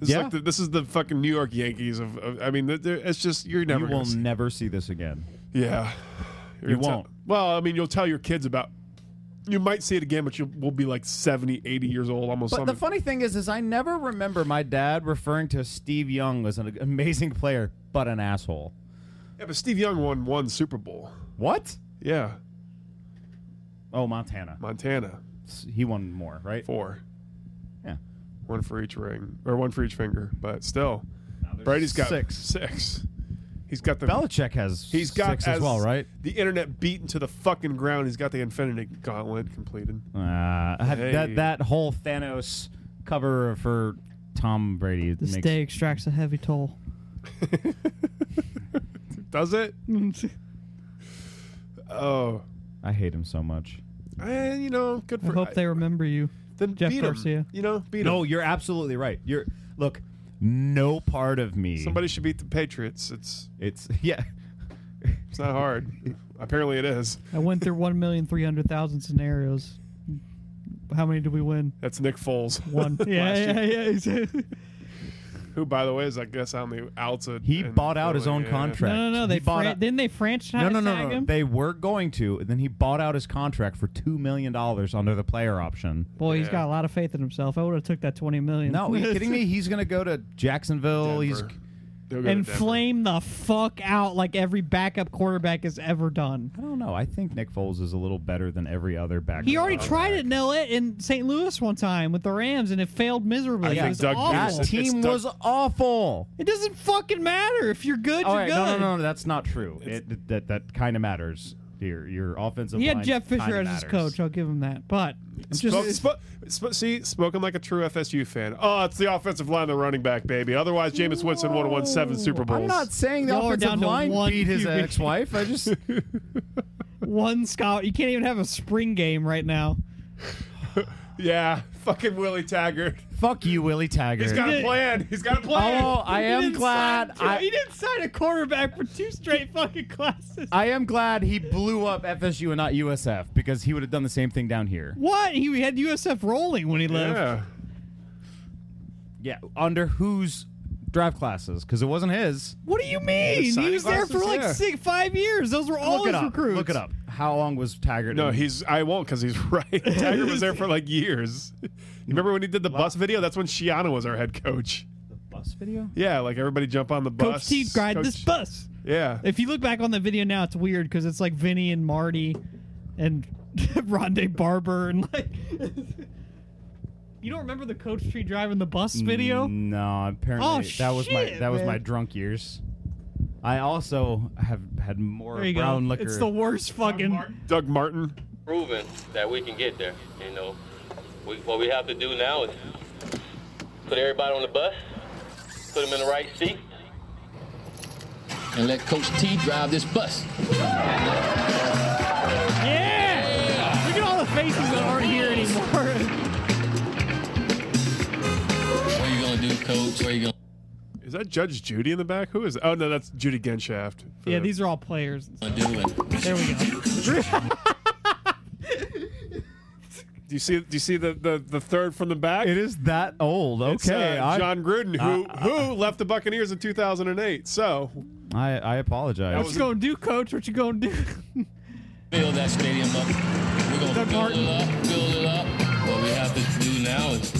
This Yeah. is like the, this is the fucking New York Yankees of. of I mean, they're- they're- it's just you're never. You gonna will see- never see this again. yeah. You're You gonna tell- won't. well, I mean, you'll tell your kids about. You might see it again, but you will be like 70, 80 years old almost. But on the funny thing is, is I never remember my dad referring to Steve Young as an amazing player, but an asshole. yeah, but Steve Young won one Super Bowl. What? Yeah, Oh, Montana. Montana He won more, right? four. Yeah. one for each ring or one for each finger, but still. there's Brady's got six. Six. He's got the Belichick has he's got six as well, right? The internet beaten to the fucking ground. He's got the Infinity Gauntlet completed. Uh, Hey. that that whole Thanos cover for Tom Brady This makes day extracts a heavy toll. Does it? I Oh, I hate him so much. Eh, you know, good for. hope they remember you. then Jeff beat 'em. Garcia. You know, beat No, him. you're absolutely right. You're look, no part of me. Somebody should beat the Patriots. It's it's <laughs> yeah. it's not hard. Apparently, it is. I went through 1,300,000 scenarios. How many did we win? That's Nick Foles. <laughs> One. <laughs> yeah, yeah, <laughs> yeah. Who, by the way, is I guess on the outs. of- He in bought out his Philly, own yeah. contract. no, no, no. He They bought fran- out- didn't they franchise no, no, no, tag no, him? They were going to, and then he bought out his contract for two million dollars under the player option. Boy, he's Yeah. got a lot of faith in himself. I would have took that 20 million. No, <laughs> are you kidding me? He's gonna go to Jacksonville. He's Denver. He'll go to and Denver. flame the fuck out like every backup quarterback has ever done. I don't know. I think Nick Foles is a little better than every other back. He already tried it in LA in St. Louis one time with the Rams and it failed miserably. I it think was Doug awful. Peterson- That It's team Doug- was awful. It doesn't fucking matter if you're good, All you're right, good. no, no, no, no, that's not true. It, that that kind of matters. Your your offensive. He had line Jeff Fisher kinda as his matters. coach. I'll give him that. But it's Spoke, just spo- spo- see, spoken like a true FSU fan. Oh, it's the offensive line, the running back, baby. Otherwise, Jameis Winston would have won seven Super Bowls. I'm not saying the Oh, Y'all are down offensive to line one beat his QB. ex-wife. I <laughs> just one scout. You can't even have a spring game right now. Yeah, <laughs> fucking Willie Taggart. fuck you, Willie Taggart. He's got a did- plan. He's got a plan. oh, <laughs> I He am didn't glad. sign two- he I, didn't sign a quarterback for two straight fucking classes. I am glad he blew up FSU and not USF because he would have done the same thing down here. <laughs> what? He had USF rolling when he left. yeah. Yeah, under whose draft classes? Because it wasn't his. What do you mean? His He signing was there for classes? like Yeah. six, five years. Those were all Look his it up. recruits. Look it up. How long was Taggart? No, in- he's. I won't because he's <laughs> right. Taggart was there for like years. You remember when he did the bus video? That's when Shiano was our head coach. bus video. Yeah, like everybody jump on the Coach bus. T cried Coach- this bus. Yeah. If you look back on the video now, it's weird because it's like Vinny and Marty and <laughs> Rondé Barber and like. <laughs> you don't remember the Coach Tree driving the bus video? No, apparently Oh, that was my shit, that was man. my drunk years. I also have had more There you brown go. liquor. It's the worst fucking. Doug Martin. proven that we can get there. You know, we, what we have to do now is put everybody on the bus, put them in the right seat, And let Coach T drive this bus. Yeah! Look at all the faces that aren't here anymore. <laughs> What are you gonna do, coach? What are you gonna? Is that Judge Judy in the back? Who is? Oh no, that's Judy Genshaft. yeah, these are all players. <laughs> do it. There we go. you see? Do you see the, the, the third from the back? It is that old. Okay, It's, uh, I- John Gruden, who who left the Buccaneers in 2008. So I, I apologize. What you gonna do, coach? What you gonna do? <laughs> Build that stadium up. We're gonna Doug build Martin. it up, build it up. What we have to do now is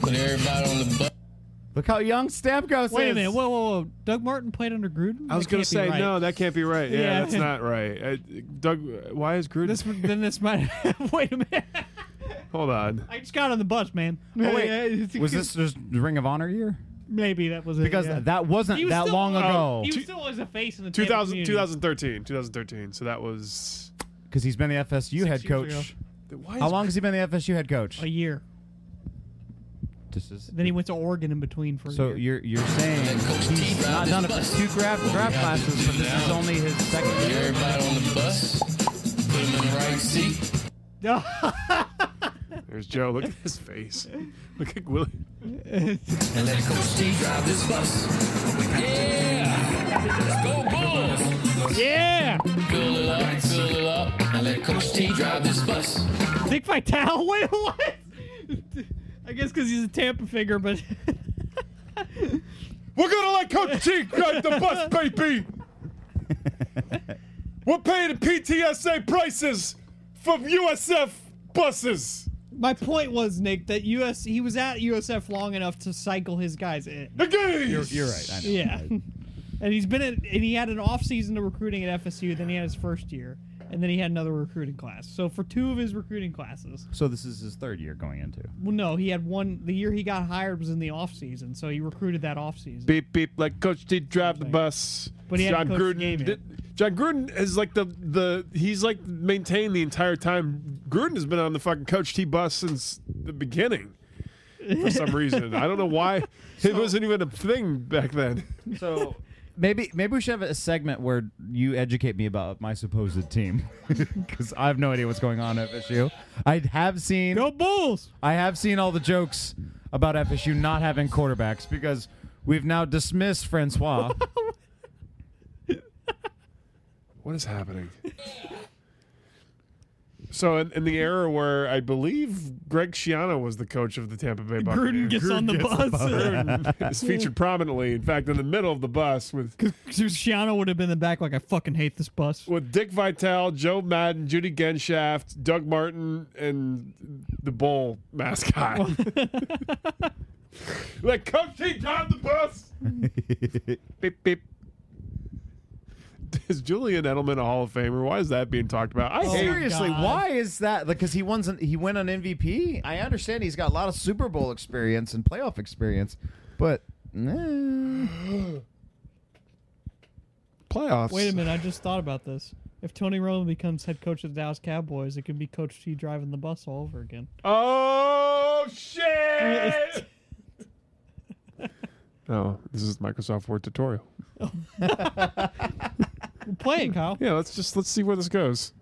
put everybody on the bus. Look how young Stamkos Wait is. a minute. Whoa, whoa, whoa. Doug Martin played under Gruden. I was That going can't to say be right. no, that can't be right. Yeah, Yeah. that's not right. Uh, Doug, why is Gruden? This would- then this might. <laughs> Wait a minute. Hold on. I just got on the bus, <laughs> man. Oh, wait. was this just Ring of Honor year? maybe that was it? Because yeah. that wasn't He was that still long on- ago. he Two- was still always a face in the 2000, Tampa community. 2013, 2013. So that was. Because he's been the FSU Six head years coach. Why is How long has he been the FSU head coach? a year. This is- Then he went to Oregon in between for. so a <laughs> year. you're you're saying he's not done it for two draft draft classes, but this is only his second Get year. everybody on the bus. Put them in the right seat. There's Joe. Look at his <laughs> face. Look at Willie. And let Coach T drive this bus. Yeah. Let's go <laughs> Bulls. yeah, Build it up, build it up. And let Coach T drive this bus. Dick Vitale. <laughs> Wait, what? I guess because he's a Tampa figure, but <laughs> We're gonna let Coach T drive the <laughs> bus, baby. We're paying the PTSA prices for USF buses. my point was Nick that US he was at USF long enough to cycle his guys in. Again, you're, You're right. I know. <laughs> Yeah. and he's been at, and he had an off season to recruiting at FSU, then he had his first year, and then he had another recruiting class. So for two of his recruiting classes, So this is his third year going into. well no, he had one the year he got hired was in the off season, so he recruited that off season. beep beep like coach T drive the bus But he john hadn't coached the gruden game yet. did- john gruden is like the the he's like maintained the entire time gruden has been on the fucking coach t bus since the beginning for some reason i don't <laughs> know why it wasn't even a thing back then So maybe maybe we should have a segment where you educate me about my supposed team <laughs> because I have no idea what's going on at FSU. I have seen Go Bulls! I have seen all the jokes about FSU not having quarterbacks because we've now dismissed Francois. what is happening So in, in the era where I believe Greg Schiano was the coach of the Tampa Bay Gruden Buccaneers, gets on the bus. <laughs> Gruden is featured prominently. In fact, in the middle of the bus with Shiano would have been in the back like I fucking hate this bus. with Dick Vitale, Joe Madden, Judy Genshaft, Doug Martin, and the bull <laughs> mascot. <laughs> like, come T drive <laughs> the bus. beep beep. Is Julian Edelman a Hall of Famer? Why is that being talked about? Oh. I hate. Seriously, God. why is that? Because he won he went on MVP. I understand he's got a lot of Super Bowl experience and playoff experience, but nah. playoffs. <laughs> Wait a minute, I just thought about this. If Tony Romo becomes head coach of the Dallas Cowboys, it could be Coach T driving the bus all over again. <laughs> Oh shit! <laughs> No, this is Microsoft Word tutorial. Play it, Kyle. Yeah, let's just let's see where this goes.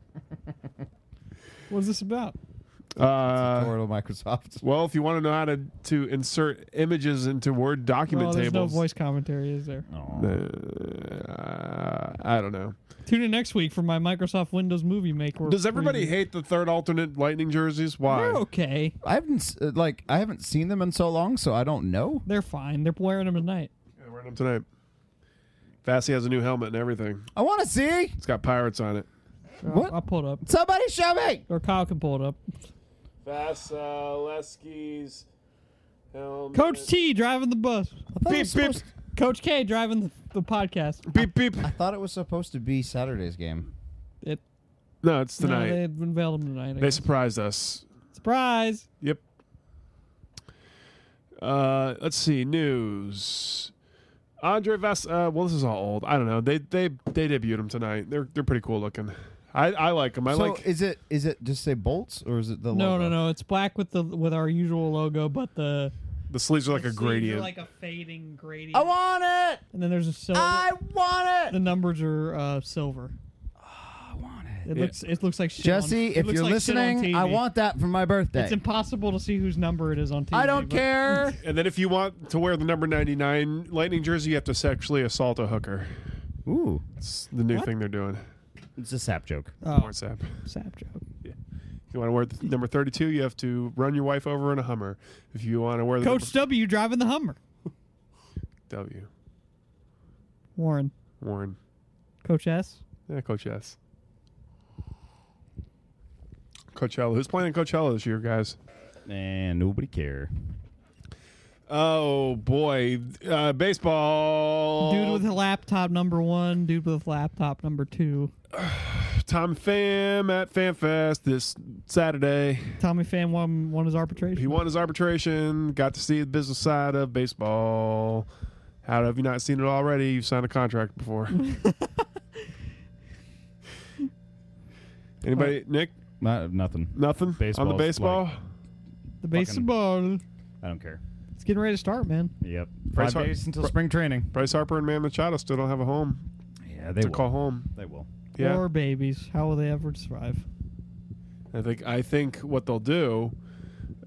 What's this about? Uh, Or to Microsoft. Well, if you want to know how to, to insert images into Word document Well, Oh, there's no tables, voice commentary, is there? uh, I don't know. Tune in next week for my Microsoft Windows Movie Maker. Does everybody preview. hate the third alternate Lightning jerseys? Why? They're okay. I haven't s- uh, like I haven't seen them in so long, so I don't know. They're fine. They're wearing them tonight. Yeah, wearing them tonight. Fassi has a new helmet and everything. I want to see It's got pirates on it. what. I'll pull it up, Somebody show me. or Kyle can pull it up. Vasilevsky's helmet. Coach T driving the bus. I thought, it was Beep, beep. supposed- Coach K driving the, the podcast. Beep beep. I thought it was supposed to be Saturday's game. It, No, it's no, tonight. they unveiled them tonight. I they guess. surprised us. Surprise! Yep. Uh, let's see news. Andre Vas. Uh, well, this is all old. I don't know. They they they debuted them tonight. They're they're pretty cool looking. I I like them. I so like. is it is it just say bolts or is it the No, logo? no, no. It's black with the with our usual logo, but the the sleeves are like a gradient. like a fading gradient. I want it. and then there's a silver. I want the it. numbers are uh, silver. Ah, I want it. It looks it looks like shit on- Jesse, it if looks you're like shit on listening, I TV. want that for my birthday. It's impossible to see whose number it is on TV. I don't but- <laughs> care. and then if you want to wear the number ninety nine lightning jersey, you have to sexually assault a hooker. Ooh, It's the new thing they're doing. it's a sap joke. Oh, Porn sap. sap joke. If you want to wear the number 32, you have to run your wife over in a Hummer. If you want to wear the Coach W driving the Hummer. number W, Warren. Warren, Coach S. yeah, Coach S. Coachella. Who's playing in Coachella this year, guys? And nobody care. Oh boy, uh, baseball. Dude with a laptop number one. Dude with a laptop number two. Tom Pham at FanFest this Saturday. Tommy Pham won won his arbitration. He won his arbitration. Got to see the business side of baseball. How have you not seen it already? You've signed a contract before. Anybody? Nick? Not, nothing. Nothing on Baseball's the baseball. like- the baseball. I don't care. It's getting ready to start, man. Yep. Bryce Five Har- days until Br- spring training. Bryce Harper and Man Machado still don't have a home Yeah, they to will. call home. They will. Yeah, Or babies. How will they ever survive? I think I think what they'll do.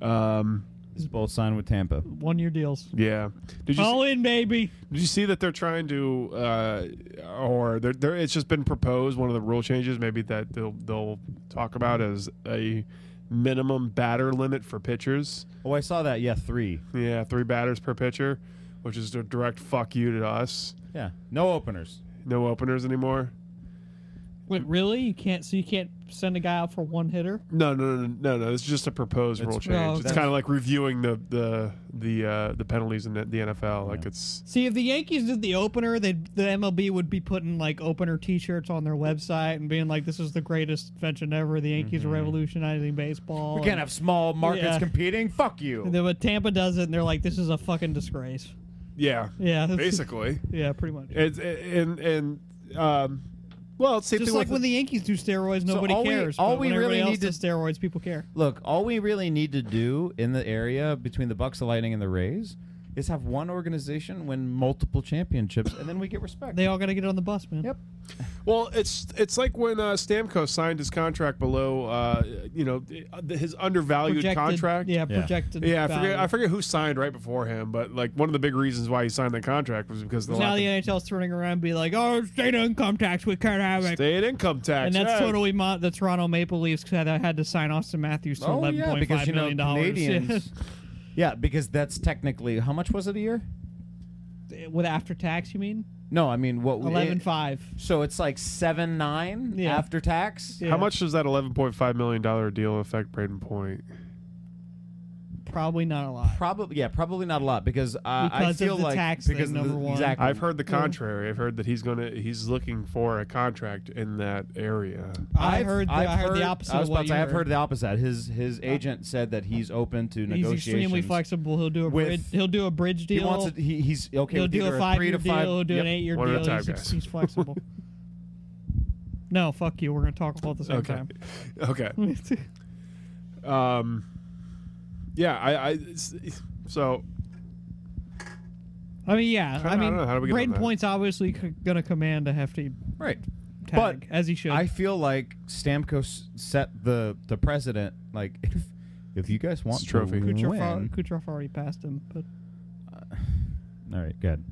Um, This is both signed with Tampa. One year deals. yeah. Did you All in, baby. Did you see that they're trying to, uh, or they're, they're, it's just been proposed one of the rule changes, maybe that they'll they'll talk about as a minimum batter limit for pitchers. Oh, I saw that. Yeah, three. Yeah, three batters per pitcher, which is a direct fuck you to us. Yeah. No openers. No openers anymore. Wait, really? You can't. So you can't send a guy out for one hitter? No, no, no, no, no. It's just a proposed rule change. no, it's that's- kind of like reviewing the the the uh, the penalties in the, the NFL. Like it's See, if the Yankees did the opener, they the MLB would be putting like opener T-shirts on their website and being like, "This is the greatest invention ever. The Yankees Mm-hmm. are revolutionizing baseball." We can't have small markets Yeah. competing. Fuck you. And then when Tampa does it, and they're like, "This is a fucking disgrace." yeah, Yeah, that's- basically. Yeah, pretty much. It's and and um, well, it's same Just thing like with when the Yankees do steroids, nobody all we- cares. all but we when everybody really else need does steroids, people care. Look, all we really need to do in the area between the Bucks, the Lightning, and the Rays is have one organization win multiple championships, and then we get respect. They all got to get on the bus, man. Yep. Well, it's it's like when uh, Stamkos signed his contract below, uh, you know, his undervalued Projected contract. Yeah, Yeah. projected. Yeah, I value. forget, I forget who signed right before him, but like one of the big reasons why he signed the contract was because of the Now lack the of NHL's turning around and be like, "Oh, state income tax, we can't have it." state income tax, And that's Yeah. totally mo- the Toronto Maple Leafs because I had to sign Austin Matthews to Oh, eleven yeah, point because five you know million dollars <laughs> Canadians. yeah, because that's technically how much was it a year? with after tax. You mean No, I mean what? eleven five? So it's like seven nine Yeah. after tax. Yeah. How much does that eleven point five million dollar deal affect Braden Point? Probably not a lot. Probably, yeah, probably not a lot because uh, I Because of feel the like tax because thing, of number one. Exactly. I've heard the contrary. I've heard that he's gonna he's looking for a contract in that area. I heard the, I heard the opposite. I was of what about to. you I've heard the opposite. His his agent said that he's open to He's negotiations. extremely flexible. He'll do a with- bridge. He'll do a bridge He deal. wants it. He, he's okay he'll with do either a five three year to deal. five. He'll do yep. an eight year One at a deal. time, he's, guys. <laughs> he's flexible. no, fuck you. We're gonna talk all at the same Okay. time. Hmm. Okay. <laughs> Um. Yeah. I. I so I mean, yeah. don't- I I mean, don't know. How do we get on Braden that? Point's obviously c- gonna command a hefty Right. tag, But as he should. I feel like Stamkos set the the precedent. Like <laughs> if if you guys want It's a trophy. to Kucherov, win, al- Uh, Kucherov already passed him, but <laughs> all right, good.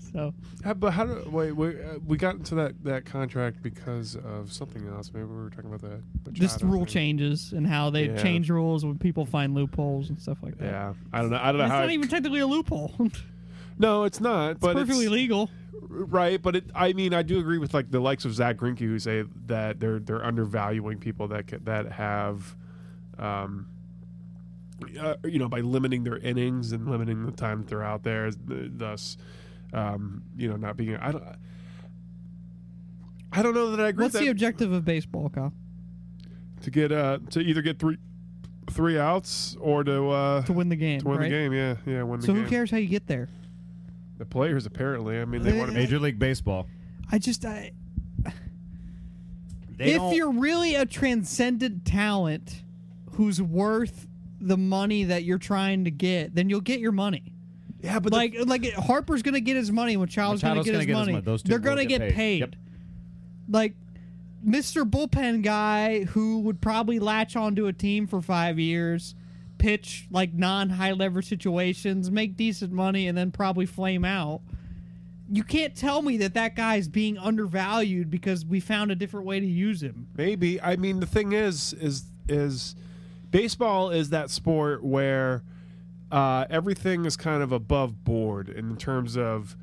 so How, but how do wait? We, uh, we got into that, that contract because of something else. Maybe we were talking about that. Machado just rule thing. changes and how they Yeah. change rules when people find loopholes and stuff like that. Yeah, I don't know. I don't know It's how. not I- even technically a loophole. <laughs> it's no, it's not. but perfectly it's, legal. right. But it, I mean, I do agree with like the likes of Zach Greinke who say that they're they're undervaluing people that ca- that have, um, uh, you know, by limiting their innings and limiting the time that they're out there, th- thus, um, you know, not being. I don't. I don't know that I agree. What's with the that. objective of baseball, Kyle? to get uh to either get three three outs or to uh To to win the game. win right? the game. Yeah, yeah, win the So game. who cares how you get there? The players apparently. I mean, they They- want to Major League Baseball. I just I, They if don't- you're really a transcendent talent who's worth the money that you're trying to get, then you'll get your money. Yeah, but like like Harper's gonna get his money, Machado's, Machado's gonna gonna get, his, get his money. money. Those two They're will gonna get get, paid. paid. Yep. Like Mr. Bullpen guy who would probably latch onto a team for five years, pitch like non high leverage situations, make decent money, and then probably flame out. you can't tell me that that guy's being undervalued because we found a different way to use him. Maybe. I mean, the thing is, is is baseball is that sport where uh, everything is kind of above board in terms of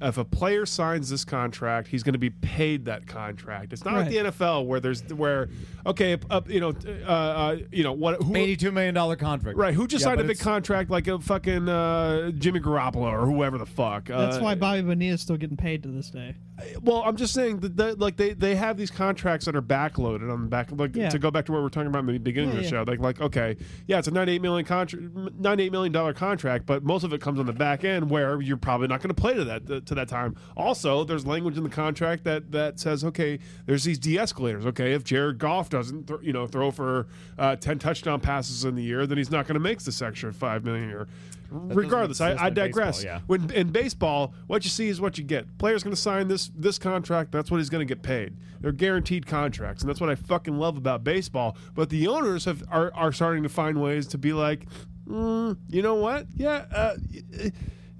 if a player signs this contract, he's going to be paid that contract. It's not like the Right. NFL where there's where okay, up you know, uh, uh, you know what who Eighty-two million dollar contract. right who just Yeah, signed a but big it's- contract like a fucking uh, Jimmy Garoppolo or whoever the fuck. That's uh, why Bobby Bonilla is still getting paid to this day. Well, I'm just saying that, that like they, they have these contracts that are backloaded on the back. Like Yeah. to go back to what we were talking about in the beginning of Yeah, the show, yeah. like like okay, yeah, it's a 98 million contract, 98 million dollar contract, but most of it comes on the back end where you're probably not going to play to that to that time. Also, there's language in the contract that that says okay, there's these de-escalators. Okay, if Jared Goff doesn't th- you know throw for uh, 10 touchdown passes in the year, then he's not going to make this extra five million a year. Regardless, I, exist I in baseball, digress. yeah. When in baseball, what you see is what you get. Player's going to sign this this contract. That's what he's going to get paid. They're guaranteed contracts, and that's what I fucking love about baseball. But the owners have are, are starting to find ways to be like, mm, you know what? Yeah, uh, eh,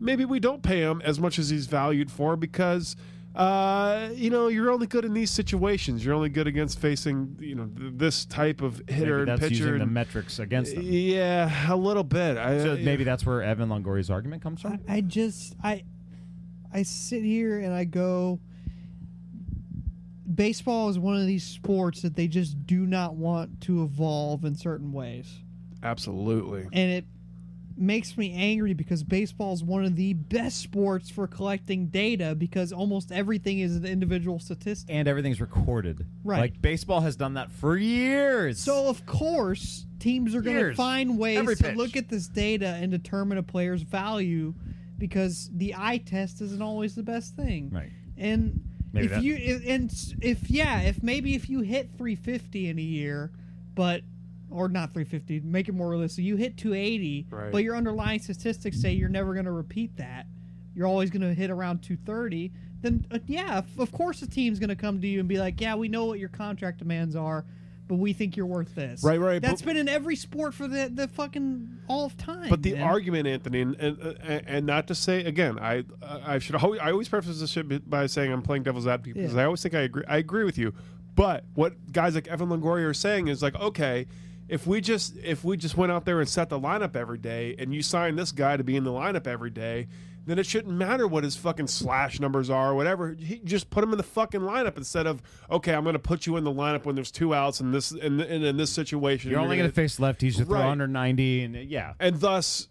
maybe we don't pay him as much as he's valued for because. Uh, you know, you're only good in these situations. You're only good against facing, you know, th- this type of Maybe hitter and that's pitcher. using the and- metrics against them. yeah, a little bit. I, So maybe that's where Evan Longoria's argument comes from. I just I I sit here and I go baseball is one of these sports that they just do not want to evolve in certain ways. absolutely. And it makes me angry because baseball is one of the best sports for collecting data because almost everything is an individual statistic. And everything's recorded. Right. Like baseball has done that for years. So of course, teams are going to Years. find ways Every to pitch. look at this data and determine a player's value because the eye test isn't always the best thing. Right. And Maybe if that- you i- and s- if yeah, if maybe if you hit 350 in a year, but or not 350, make it more realistic. You hit 280, Right. but your underlying statistics say you're never going to repeat that. You're always going to hit around 230. Then uh, yeah, of- of course the team's going to come to you and be like, "Yeah, we know what your contract demands are, but we think you're worth this." Right, right, That's but- been in every sport for the the fucking all of time. But the man. argument, Anthony, and, and and not to say again, I I should always, I always preface this shit by saying I'm playing devil's advocate because Yeah. I always think I agree I agree with you. But what guys like Evan Longoria are saying is like, okay, if we just if we just went out there and set the lineup every day, and you sign this guy to be in the lineup every day. Then it shouldn't matter what his fucking slash numbers are or whatever. He just put him in the fucking lineup instead of okay, I'm going to put you in the lineup when there's two outs and this and, and in this situation. you're only gonna- going to face lefties to throw Right. under 90, and uh, yeah. and thus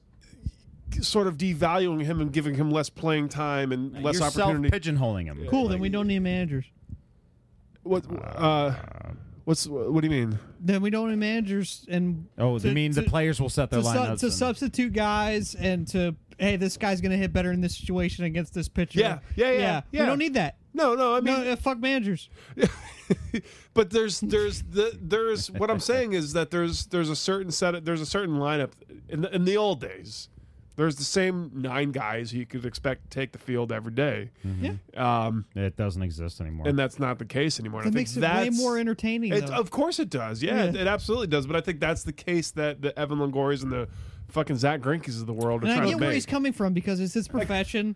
sort of devaluing him and giving him less playing time and less You're opportunity. pigeonholing him. cool. Then we don't need managers. What? Uh, what's? What do you mean? Then we don't need managers and Oh, to- they mean the to- players will set their to, su- lineups. to and- substitute guys and to hey, this guy's gonna hit better in this situation against this pitcher. Yeah, yeah, yeah, yeah. We don't need that. No, no. I mean, no, uh, fuck managers. but there's there's the there's what I'm saying is that there's there's a certain set of, there's a certain lineup in the, in the old days. There's the same nine guys who you could expect to take the field every day. Um, It doesn't exist anymore. and that's not the case anymore. And That I makes think it way that's- more entertaining. It's, though. of course it does. Yeah, It, Yeah. it absolutely does. But I think that's the case that the Evan Longoris and the fucking Zach Greinke's of the world are and I trying get to where he's make. coming from because it's his profession. and-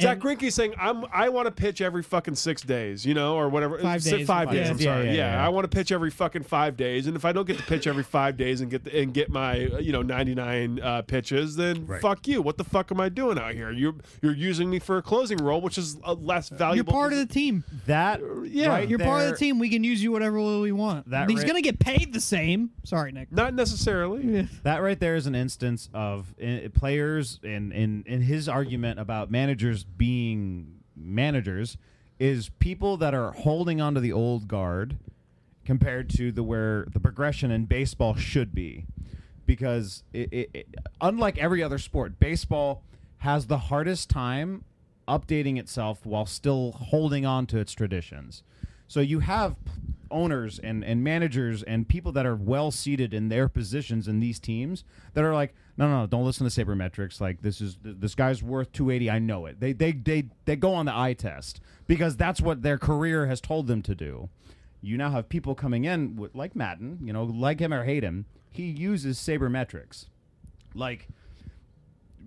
Zach Greinke's saying, "I'm I want to pitch every fucking six days, you know, or whatever. Five Si- days. Five days. Yeah, I'm yeah, sorry. Yeah, yeah, yeah. I want to pitch every fucking five days. And if I don't get to pitch every five days and get the, and get my uh, you know 99 uh, pitches, then Right. fuck you. What the fuck am I doing out here? You're you're using me for a closing role, which is a less you're valuable. part of the team. that yeah, right uh, You're part of there- the team. We can use you whatever way we want. That he's ri- gonna get paid the same. Sorry, Nick. Not necessarily. That right there is an instance of i players and in, in his argument about managers being managers is people that are holding on to the old guard compared to the where the progression in baseball should be because it, it, it, unlike every other sport baseball has the hardest time updating itself while still holding on to its traditions so you have p- owners and, and managers and people that are well seated in their positions in these teams that are like, no, no, no, don't listen to sabermetrics. Like this is th- this guy's worth 280. I know it. They they they they go on the eye test because that's what their career has told them to do. You now have people coming in with, like Madden, you know, like him or hate him. He uses sabermetrics, like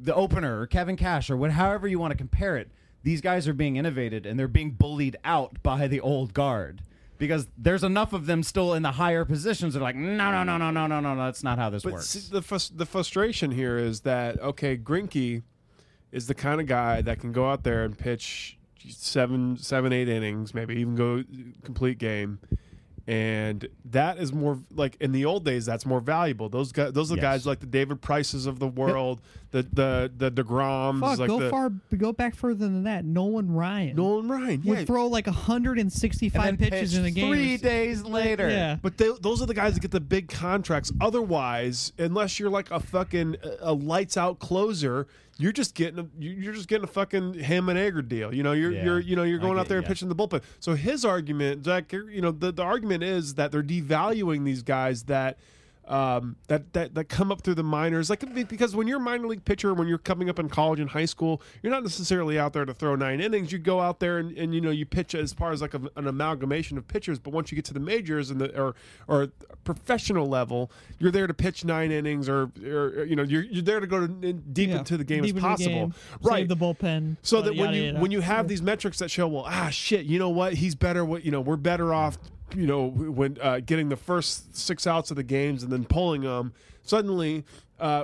the opener or Kevin Cash or what, however you want to compare it. these guys are being innovated and they're being bullied out by the old guard because there's enough of them still in the higher positions. They're like, no, no, no, no, no, no, no, no. That's not how this But works. see, the frus- the frustration here is that okay, Grinky is the kind of guy that can go out there and pitch seven, seven, eight innings, maybe even go complete game, and that is more like in the old days. That's more valuable. Those guys, those are the Yes. guys like the David Prices of the world, the the the Degroms, Fuck, like go the far, go back further than that. Nolan Ryan Nolan Ryan. would yeah. throw like 165 And then pitches pitch in a game. Three days later. Yeah. But they, those are the guys that get the big contracts. Otherwise, unless you're like a fucking a a lights out closer, you're just getting a, you- you're just getting a fucking ham and egger deal. You know, you're Yeah. you're you know you're I going out get- there and yeah. pitching the bullpen. So his argument, Jack, you know, the, the argument is that they're devaluing these guys that. Um, that, that that come up through the minors, like because when you're a minor league pitcher, when you're coming up in college and high school, you're not necessarily out there to throw nine innings. You go out there and, and you know you pitch as far as like a, an amalgamation of pitchers. But once you get to the majors and the or or professional level, you're there to pitch nine innings or, or you know you're you're there to go to, deep Yeah. into the game Deep into as the possible, game, right? Save the bullpen. So yada, that when yada, you yada. when you have these metrics that show, well, ah, shit, you know what? He's better. What you know, we're better off. You know, when uh, getting the first six outs of the games and then pulling them. Suddenly, uh,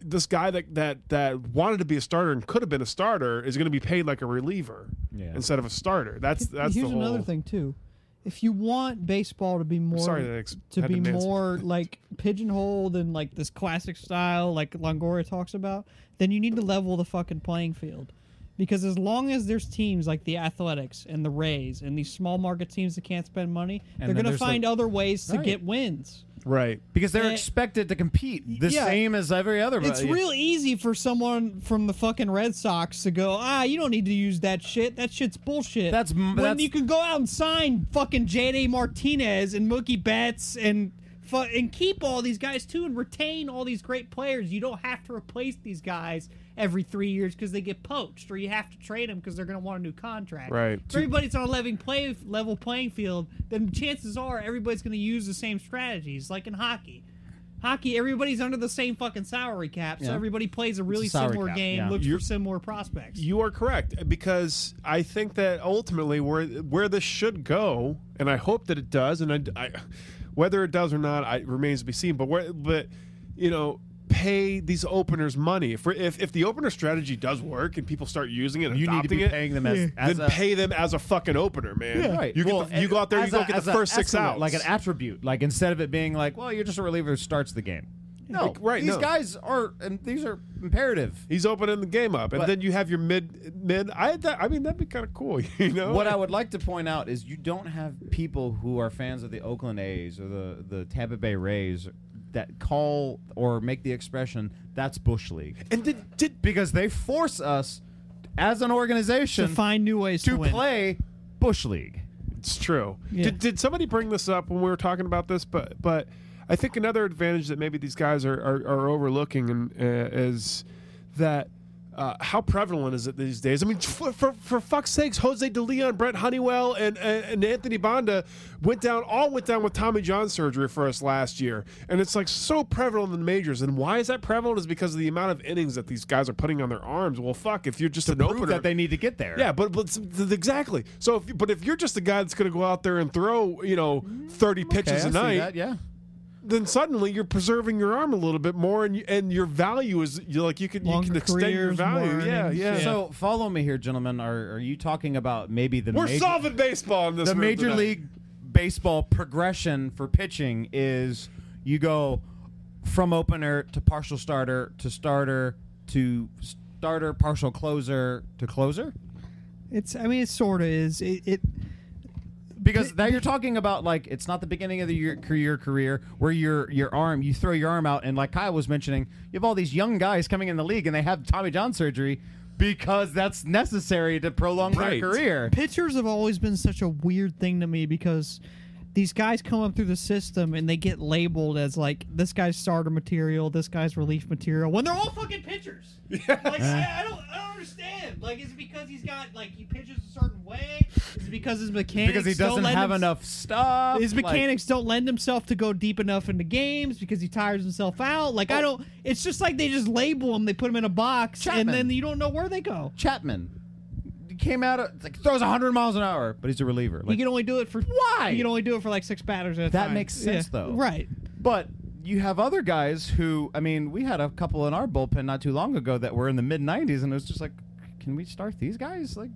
this guy that that that wanted to be a starter and could have been a starter is going to be paid like a reliever Yeah. instead of a starter. That's that's Here's the whole. another thing too. If you want baseball to be more sorry that I ex- to had to be mansplain. <laughs> more like pigeonholed and like this classic style like Longoria talks about, then you need to level the fucking playing field. Because as long as there's teams like the Athletics and the Rays and these small market teams that can't spend money, And then they're going to there's the- find other ways to Right. get wins. Right. because they're Eh, expected to compete the yeah. same as every other. It's yeah. real easy for someone from the fucking Red Sox to go, ah, you don't need to use that shit. That shit's bullshit. That's- when that's- you can go out and sign fucking J.D. Martinez and Mookie Betts and fu- and keep all these guys too and retain all these great players. You don't have to replace these guys every three years because they get poached or you have to trade them because they're going to want a new contract. Right. If everybody's on a level play level playing field, then chances are everybody's going to use the same strategies, like in hockey hockey, everybody's under the same fucking salary cap, so Yeah. everybody plays a really salary similar cap, game, yeah. looks You're- for similar prospects. You are correct because I think that ultimately where where this should go, and I hope that it does, and I, I- whether it does or not, I remains to be seen. But where, but you know, pay these openers money. If we're- if if the opener strategy does work and people start using it, and You need to adopting be it, paying them as, as then a, pay them as a fucking opener, man. Yeah. Right. You, get Well, eh, the- you go out there, you as go a- get as the a first six attribute, outs, Like an attribute. Like instead of it being like, well, you're just a reliever who starts the game. No, Like, right, These no. guys are, and these are imperative. He's opening the game up, and But- then you have your mid mid. I that, I mean that'd be kind of cool, <laughs> you know. What I would like to point out is you don't have people who are fans of the Oakland A's or the, the Tampa Bay Rays that call or make the expression that's bush league and did, did because they force us as an to organization find new ways to, to win. play bush league. It's true. Yeah. Did, did somebody bring this up when we were talking about this? But but I think another advantage that maybe these guys are are, are overlooking and uh, is that. Uh, how prevalent is it these days? I mean, for, for, for fuck's sakes, Jose De Leon, Brett Honeywell, and, and and Anthony Bonda went down, all went down with Tommy John surgery for us last year. And it's like so prevalent in the majors. And why is that prevalent? Is because of the amount of innings that these guys are putting on their arms. Well, fuck, if you're just an Prove opener. that they need to get there. Yeah, but but s- th- exactly. So, if, but if you're just a guy that's going to go out there and throw, you know, thirty Mm, okay, I pitches see a night, that, yeah. then suddenly you're preserving your arm a little bit more, and you, and your value is you like you can you Longer can extend your careers, value. more Yeah, earnings, yeah. yeah. So follow me here, gentlemen. Are are you talking about maybe the We're major, solving baseball in this. the room major tonight. league baseball progression for pitching is you go from opener to partial starter to starter to starter partial closer to closer It's, I mean, it sort of is. It, it because now you're talking about like it's not the beginning of the year, career career where your your arm you throw your arm out and like Kyle was mentioning you have all these young guys coming in the league and they have Tommy John surgery because that's necessary to prolong Right. their career pitchers have always been such a weird thing to me because these guys come up through the system and they get labeled as like this guy's starter material, this guy's relief material, when they're all <laughs> fucking pitchers. Like I, I don't, I don't understand. Like is it because he's got like he pitches a certain way? Is it because his mechanics because he don't doesn't lend have him- enough stuff His like- mechanics don't lend himself to go deep enough into games because he tires himself out. Like Oh. I don't. It's just like they just label him, they put him in a box, Chapman. and then you don't know where they go. Chapman. he came out of, like throws 100 miles an hour, but he's a reliever. You Like, can only do it for Why? You can only do it for like six batters at a That time. makes sense, though. Right. But you have other guys who, I mean, we had a couple in our bullpen not too long ago that were in the mid 90s, and it was just like, can we start these guys? Like,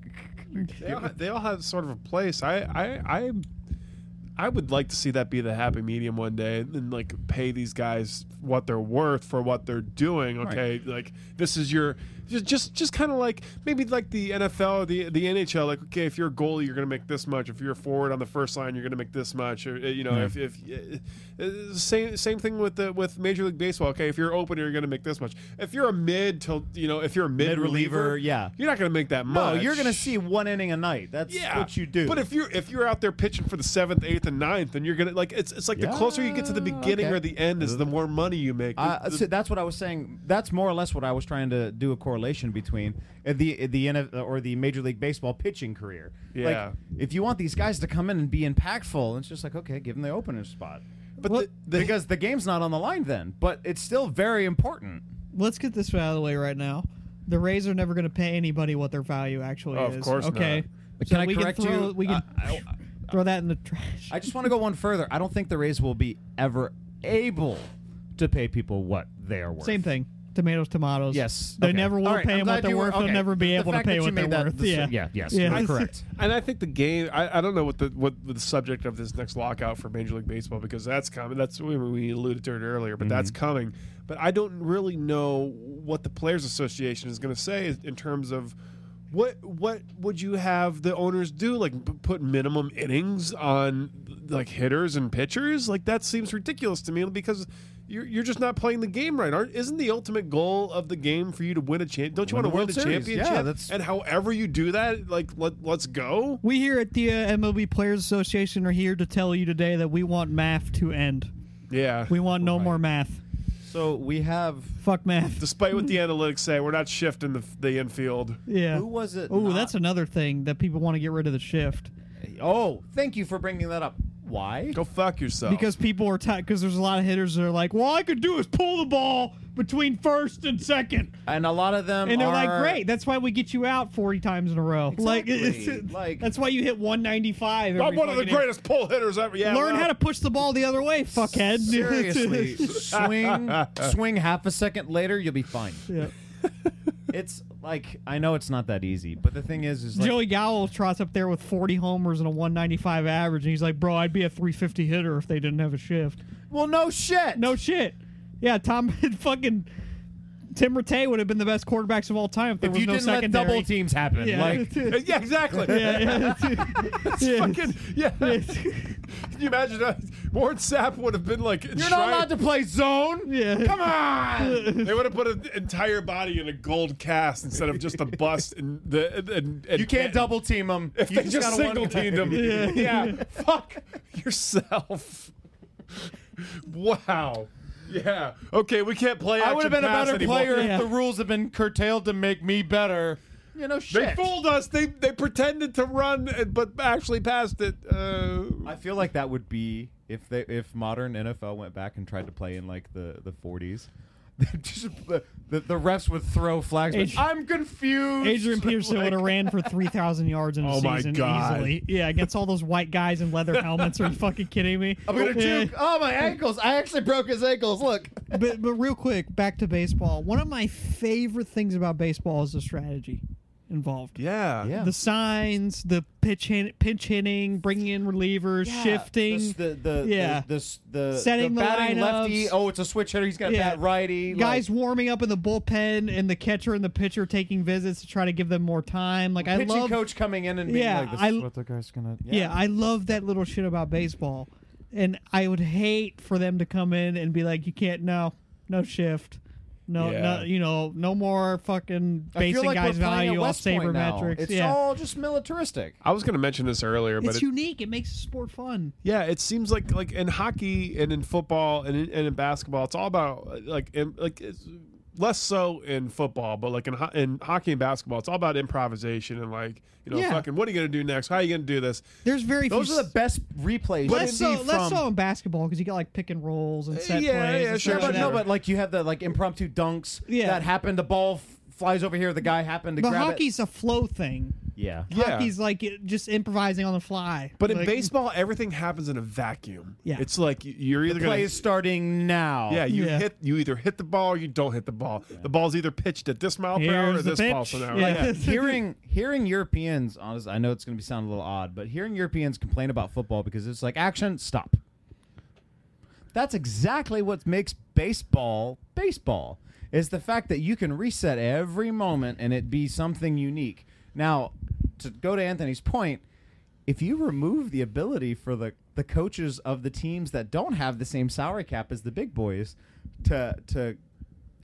They all, they all have sort of a place. I, I, I, I would like to see that be the happy medium one day, and like pay these guys what they're worth for what they're doing. Okay, like this is your just just, just kind of like maybe like the NFL or the the NHL. Like okay, if you're a goalie, you're gonna make this much. If you're a forward on the first line, you're gonna make this much. Or, uh, you know, if, if uh, uh, same same thing with the with Major League Baseball. Okay, if you're opener, you're gonna make this much. If you're a mid till you know, if you're a mid, reliever, reliever, yeah. you're not gonna make that no, much. you're going to see one inning a night. That's Yeah, what you do. But if you're if you're out there pitching for the seventh, eighth, and ninth, and you're gonna like it's it's like the closer you get to the Yeah, beginning okay. Uh, or the end is the more money you make. I, The- so that's what I was saying. That's more or less what I was trying to do a correlation between uh, the the NF or the Major League Baseball pitching career. Yeah. Like, if you want these guys to come in and be impactful, it's just like okay, give them the opener spot. But Well, the- the- because the game's not on the line then, but it's still very important. Let's get this out of the way right now. The Rays are never going to pay anybody what their value actually Oh, is. of course not. Okay. But So can I we correct throw, you? We can Uh, I- <laughs> throw that in the trash. I just want to go one further. I don't think the Rays will be ever able to pay people what they are worth. Same thing. Tomatoes, tomatoes. Yes. They okay. never will All right, pay I'm them what glad they're you were- worth. okay. They'll never be The able to fact pay that you what they're made that worth. the- yeah. yeah. Yes. Yeah. you are I- correct. and I think the game. I, I don't know what the what the subject of this next lockout for Major League Baseball because that's coming. That's we, we alluded to it earlier, but that's Mm-hmm. coming. But I don't really know what the Players Association is going to say in terms of what what would you have the owners do? Like p- put minimum innings on like hitters and pitchers? Like that seems ridiculous to me because. You're, you're just not playing the game right. Aren't, isn't the ultimate goal of the game for you to win a champ? Don't you Win want to the win World the Series. Yeah, championship? that's- and however you do that, like let, let's go. We here at the uh, MLB Players Association are here to tell you today that we want math to end. Yeah. We want no more math. So we have Fuck math. Despite what the analytics say, we're not shifting the, the infield. Yeah. who was it? Oh, not- that's another thing that people want to get rid of the shift Oh, thank you for bringing that up. Why? Go fuck yourself. because people are tired. Because there's a lot of hitters that are like, "Well, all I could do is pull the ball between first and second. And a lot of them and they're like, are- "Great, that's why we get you out 40 times in a row. Like, <laughs> it's, Exactly. Like- that's why you hit 195. every I'm one of fucking the inning. greatest pull hitters ever. Yeah, Learn well, how to push the ball the other way, <laughs> fuckhead. seriously swing swing half a second later, you'll be fine. <laughs> <laughs> Yeah. It's like I know it's not that easy, but the thing is, is like, Joey Gallo trots up there with 40 homers and a 195 average, and he's like, "Bro, I'd be a 350 hitter if they didn't have a shift." well, no shit, No shit. Yeah, Tom <laughs> fucking Tim Rattay would have been the best quarterbacks of all time if there if was you no didn't let secondary. double teams happen, yeah. like <laughs> Yeah, exactly. <laughs> <laughs> yeah, yeah, yeah. Fucking, yeah. Can you imagine that? Warren Sapp would have been like, you're not allowed to play zone. <laughs> Yeah. Come on. <laughs> They would have put an entire body in a gold cast instead of just a bust. And the and, and, You can't double team them. If you they just gotta one single teamed him, guy. yeah. fuck yourself. Wow. Yeah. Okay, we can't play. <laughs> I would have action been a pass better anymore. player Yeah. if the rules had been curtailed to make me better. You know <laughs> shit. They fooled us. They they pretended to run, uh, but actually passed it. Uh, I feel like that would be if they if modern NFL went back and tried to play in like the the forties. <laughs> Just the, the, the refs would throw flags. but Adrian- I'm confused. <laughs> Adrian Peterson Like, would have ran for 3,000 yards in a Oh my season God. easily. Yeah, against all those white guys in leather helmets. Are you fucking kidding me? I'm gonna Yeah. <laughs> juke. Oh my ankles! I actually broke his ankles. Look. But, but real quick, back to baseball. One of my favorite things about baseball is the strategy involved. yeah. Yeah. The signs, the pitch hit, pinch hitting, bringing in relievers, shifting. The the, the Yeah. the, the, the Setting the batting lineups. lefty. Oh, it's a switch hitter. He's got a Yeah. bat righty. Guys like, warming up in the bullpen and the catcher and the pitcher taking visits to try to give them more time. Like I pitching love coach coming in and being Yeah, like, "This I- is what the guy's gonna." Yeah, I love that little shit about baseball. And I would hate for them to come in and be like, you can't, no, no shift. No, Yeah. no, you know, no more fucking I feel basing like we're guys' playing at value off West Point saber now. metrics. It's yeah. all just militaristic. I was gonna mention this earlier, but it's it, unique. It makes the sport fun. yeah, it seems like like in hockey and in football and in, and in basketball, it's all about uh, like in, like it's less so in football, but like in ho- in hockey and basketball, it's all about improvisation and like you know, Yeah. fucking what are you gonna do next? How are you gonna do this? There's very Those few. are the best replays. you less so, see less from- so in basketball because you got like pick and rolls and set yeah, plays. yeah, and Yeah, but stuff like sure, sure. no, that. but like you have the like impromptu dunks Yeah. that happen. The ball f- flies over here. The guy happened to But grab hockey's a flow it. thing. Yeah. Yeah. Hockey's like it- just improvising on the fly. But in Like, baseball, everything happens in a vacuum. Yeah. It's like y- you're either Play going is starting now. Yeah, you Yeah. hit. You either hit the ball or you don't hit the ball. The ball's either pitched at this mile per hour or Here's the this mile pitch. per hour. <laughs> Yeah. hearing hearing Europeans, honest, I know it's going to be sound a little odd, but hearing Europeans complain about football because it's like action, stop. That's exactly what makes baseball baseball is the fact that you can reset every moment and it be something unique. Now, to go to Anthony's point, if you remove the ability for the, the coaches of the teams that don't have the same salary cap as the big boys to to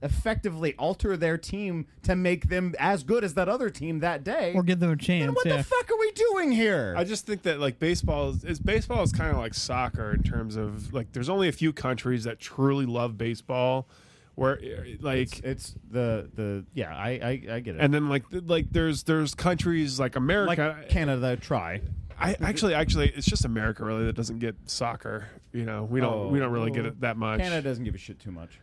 effectively alter their team to make them as good as that other team that day, or give them a then chance. what yeah. the fuck are we doing here? I just think that like baseball is, is baseball is kind of like soccer in terms of like there's only a few countries that truly love baseball, where eh, like it's the the yeah, I I, I get it. and then like th- like there's there's countries like like America. uh, Canada, try. I actually actually it's just America really that doesn't get soccer. You know we don't Oh. we don't really get it that much. Canada doesn't give a shit too much.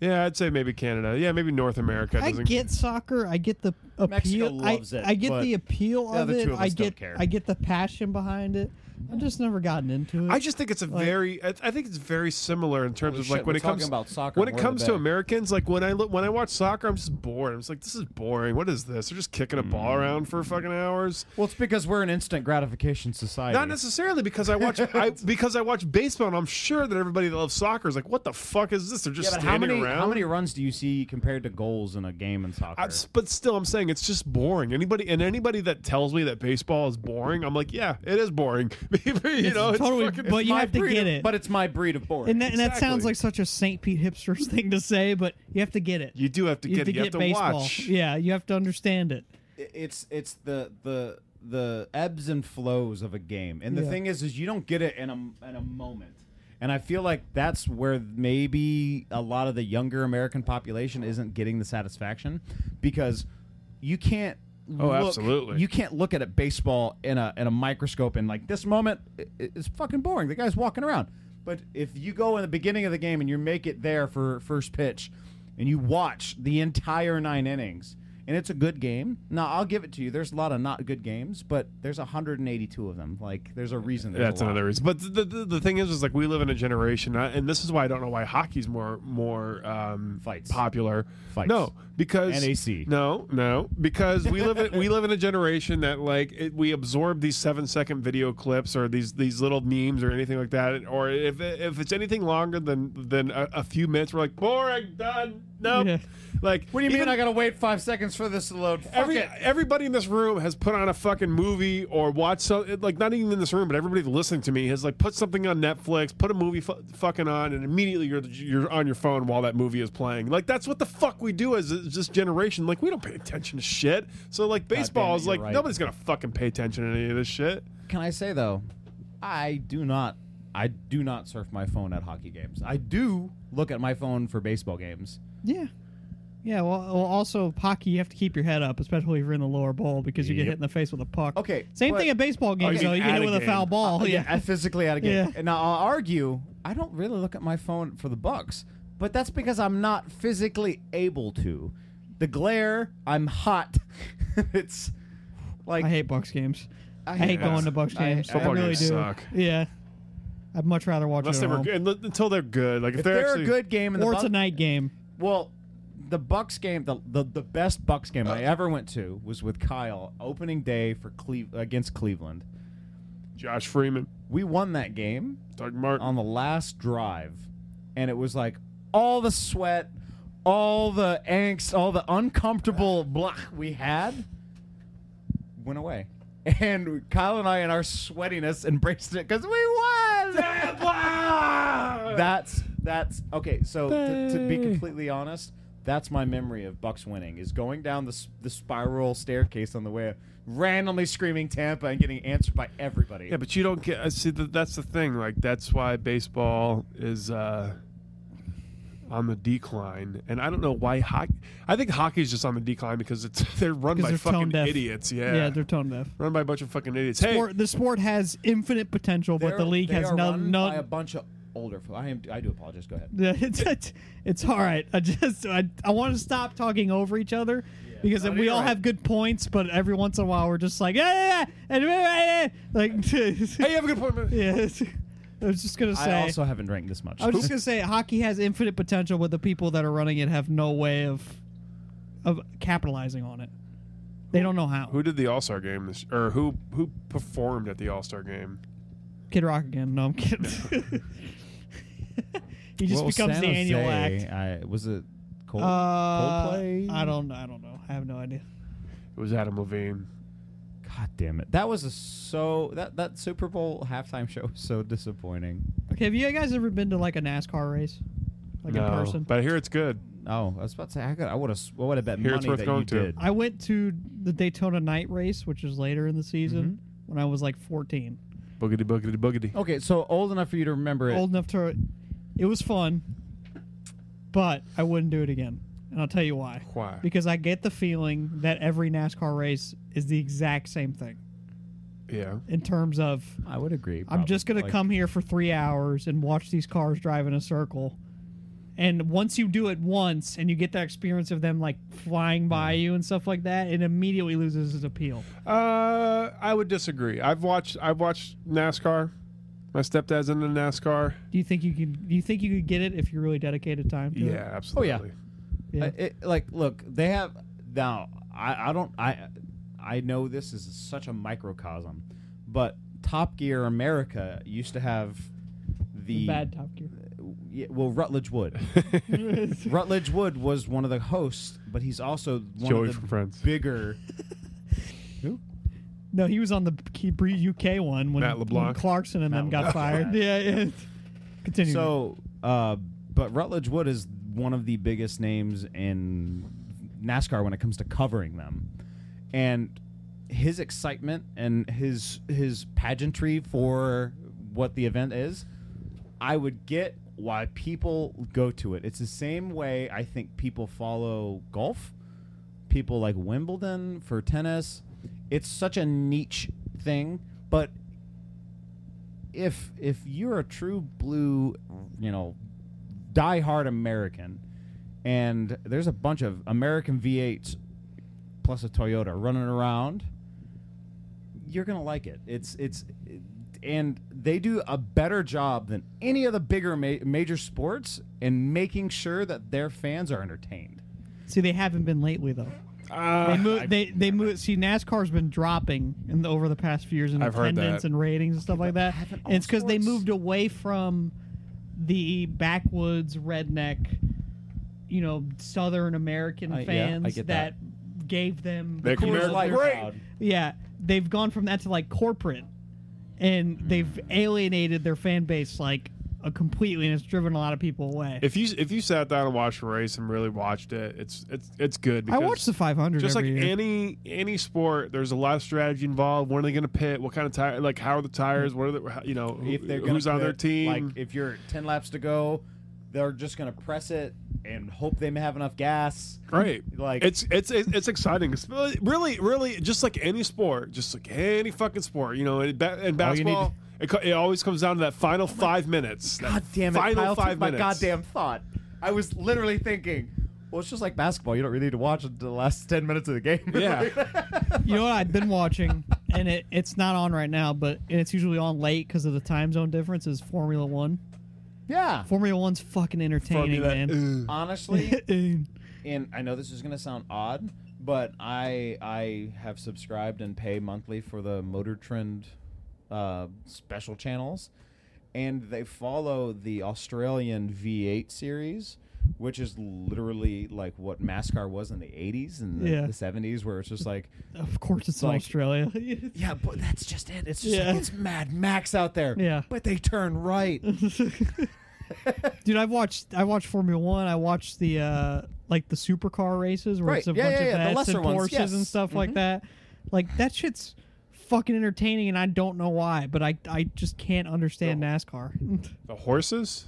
Yeah, I'd say maybe Canada. Yeah, maybe North America. I Doesn't, get soccer. I get the appeal. Mexico I- loves it, I, get but the appeal the of other it. two of I us don't get. care. I get the passion behind it. I've just never gotten into it. I just think it's a very. I I think it's very similar in terms Holy of like shit, when we're it comes talking about soccer, When it more the comes to better. Americans, like when I look when I watch soccer, I'm just bored. I'm just like, this is boring. What is this? They're just kicking a ball Mm. around for fucking hours. Well, it's because we're an instant gratification society. Not necessarily because I watch <laughs> I, because I watch baseball, and I'm sure that everybody that loves soccer is like, what the fuck is this? They're just Yeah, but how standing many around. how many runs do you see compared to goals in a game in soccer? I- but still, I'm saying it's just boring. Anybody and anybody that tells me that baseball is boring, I'm like, yeah, it is boring. <laughs> you know, it's totally- fucking- but you My have to breed get of- it. But it's my breed of board. and that, and that sounds Exactly. like such a St. Pete hipsters <laughs> thing to say, but you have to get it. you do have to You get it. You have to baseball. watch. Yeah, you have to understand it. it's it's the the the ebbs and flows of a game. And the Yeah. thing is is you don't get it in a in a moment. And I feel like that's where maybe a lot of the younger American population isn't getting the satisfaction because you can't Oh, look- absolutely. You can't look at a baseball in a in a microscope and like this moment i- i- is fucking boring. The guy's walking around. But if you go in the beginning of the game and you make it there for first pitch and you watch the entire 9 innings and it's a good game. Now, I'll give it to you. There's a lot of not good games, but there's 182 of them. Like there's a reason there's That's a lot. another reason. But the, the the thing is, is like we live in a generation, uh, and this is why I don't know why hockey's more more um, Fights. popular. Fights. No, because NAC. No, no, because we live in, we live in a generation that like it, we absorb these seven second video clips or these these little memes or anything like that, or if if it's anything longer than than a, a few minutes, we're like boring, done. No, Yeah. like What do you even- mean I got to wait 5 seconds for this to load? Fuck Every, it. everybody in this room has put on a fucking movie or watched so it- like not even in this room, but everybody listening to me has like put something on Netflix, put a movie fu- fucking on, and immediately you're you're on your phone while that movie is playing. Like that's what the fuck we do as as this generation. Like we don't pay attention to shit. So like baseball it, is you're like right. nobody's gonna fucking pay attention to any of this shit. Can I say though, I do not I do not surf my phone at hockey games. I do look at my phone for baseball games. Yeah. Yeah, well, well, also hockey, you have to keep your head up, especially if you're in the lower bowl because you get hit in the face with a puck. Okay, Same but- thing at baseball games, you mean though. You get at hit a with a game. Uh, foul ball. Oh, yeah. I physically out of game. Yeah. And Now I'll argue I don't really look at my phone for the Bucks, but that's because I'm not physically able to. The glare, I'm hot. <laughs> it's like I hate Bucks games. I hate, hate going Bucks. to Bucks I- games. I, Football really games do. suck. Yeah. I'd much rather watch Unless it they at were home. and l- until they're good. Like if, if they're actually, a good game and the or Bucks, it's a night game. Well, the Bucks game, the the, the best Bucks game I ever went to was with Kyle opening day for Cleve against Cleveland. Josh Freeman, We won that game Doug Martin, on the last drive, and it was like all the sweat, all the angst, all the uncomfortable blah we had went away. And Kyle and I, in our sweatiness, embraced it because we won. that's that's okay. So to, to be completely honest, that's my memory of Bucks winning is going down the s- the spiral staircase on the way, randomly screaming Tampa and getting answered by everybody. Yeah, but you don't get. I See, that that's the thing. Like that's why baseball is uh, on the decline, and I don't know why hockey. I think hockey's just on the decline because it's <laughs> they're run 'Cause by they're tone fucking deaf. idiots. Yeah, Yeah, they're tone deaf. run by a bunch of fucking idiots. Hey, Sport- the sport has infinite potential, but They're- the league they has are no, run by a no bunch of older. fo- I am. I do apologize. Go ahead. <laughs> it's, it's, it's all right. I just I, I want to stop talking over each other because No, we you're all right. have good points, but every once in a while we're just like yeah, yeah, <laughs> yeah, like <laughs> Hey, you have a good point. man. yeah. <laughs> I was just gonna say. I also haven't drank this much. I was just gonna say hockey has infinite potential, but the people that are running it have no way of of capitalizing on it. They don't know how. Who did the All Star game this or who who performed at the All Star game? Kid Rock again? No, I'm kidding. <laughs> he just Well, becomes San the annual Jose, act. I, was it Cold, Uh, Coldplay? I don't. I don't know. I have no idea. It was Adam Levine. God damn it! That was a so that that Super Bowl halftime show was so disappointing. Okay, have you guys ever been to like a NASCAR race, like no, in person? but I hear it's good. Oh, I was about to say I could. I would have. What would have bet Here it's money worth that going you to. did? I went to the Daytona Night Race, which is later in the season, when I was like 14, Boogity boogity boogity. Oh. Okay, so old enough for you to remember it. old enough to. It was fun, but I wouldn't do it again, and I'll tell you why. Why? Because I get the feeling that every NASCAR race is the exact same thing Yeah. in terms of I would agree. I'm just probably. gonna Like, come here for three hours and watch these cars drive in a circle. And once you do it once and you get that experience of them like flying by you and stuff like that, it immediately loses its appeal. Uh, I would disagree. I've watched I've watched NASCAR. My stepdad's into NASCAR. Do you think you could do you think you could get it if you really dedicated time to Yeah, it? absolutely. yeah. Yeah. I- Uh, it- like, look, they have now. I, I don't. I I know this is such a microcosm, but Top Gear America used to have the Bad Top Gear. yeah, well Rutledge <laughs> Wood. Rutledge Wood was one of the hosts, but he's also one Joey of the from Friends. bigger. No, he was on the K- Bree UK one when, Matt when LeBlanc. Clarkson and Matt them got LeBlanc. <laughs> fired. Yeah, yeah. Continue. So, uh, but Rutledge Wood is one of the biggest names in NASCAR when it comes to covering them, and his excitement and his his pageantry for what the event is, I would get why people go to it. It's the same way I think people follow golf, people like Wimbledon for tennis. It's such a niche thing, but if if you're a true blue, you know, diehard American, and there's a bunch of American V8s plus a Toyota running around, you're gonna like it. It's it's, and they do a better job than any of the bigger ma- major sports in making sure that their fans are entertained. See, they haven't been lately though. Uh, They move. They they move. See, NASCAR's been dropping in the, over the past few years in I've heard attendance that. and ratings and stuff like that. haven't all And it's because they sports? moved away from the backwoods redneck, you know, Southern American I- yeah, I fans get that. that. gave them They the cool Coors of Light their- Great. Yeah, they've gone from that to like corporate, and Hmm. they've alienated their fan base like uh, completely, and it's driven a lot of people away. if you if you sat down and watched a race and really watched it, it's it's it's good. I Because watched the 500 just like every year. any any sport, there's a lot of strategy involved. When are they going to pit? What kind of tire? Like how are the tires? What are the how- you know who- if they're gonna who's on their put- team? Like if you're ten laps to go, they're just gonna press it and hope they may have enough gas. Right. Like- it's it's it's it's exciting. It's really- really, really, just like any sport, just like any fucking sport, you know. In, ba- in All you need Oh basketball, it, co- it always comes down to that final five minutes. that God damn it! Final Kyle five took my minutes. goddamn thought. I was literally thinking, well, it's just like basketball. You don't really need to watch until the last <laughs> ten minutes of the game. <laughs> Yeah. You know what I've been watching, <laughs> and it, it's not on right now, but and it's usually on late because of the time zone difference. Is Formula One? <laughs> yeah. Formula One's fucking entertaining, Formula- man. Ugh. <laughs> Honestly, and I know this is gonna sound odd, but I I have subscribed and pay monthly for the Motor Trend uh, special channels, and they follow the Australian V8 series, which is literally like what NASCAR was in the '80s and the, Yeah. the '70s, where it's just <laughs> like, of course, it's in Like- Australia. <laughs> yeah, but that's just it. It's just Yeah. like it's Mad Max out there. Yeah. but they turn <laughs> right. Dude, I've watched I watched Formula One. I watched the uh like the supercar races where Right. it's a Yeah, yeah, bunch of yeah. The vets lesser and ones, Porsches and yes. Mm-hmm. stuff like that. Like that shit's fucking entertaining, and I don't know why, but I I just can't <laughs> understand NASCAR. the horses.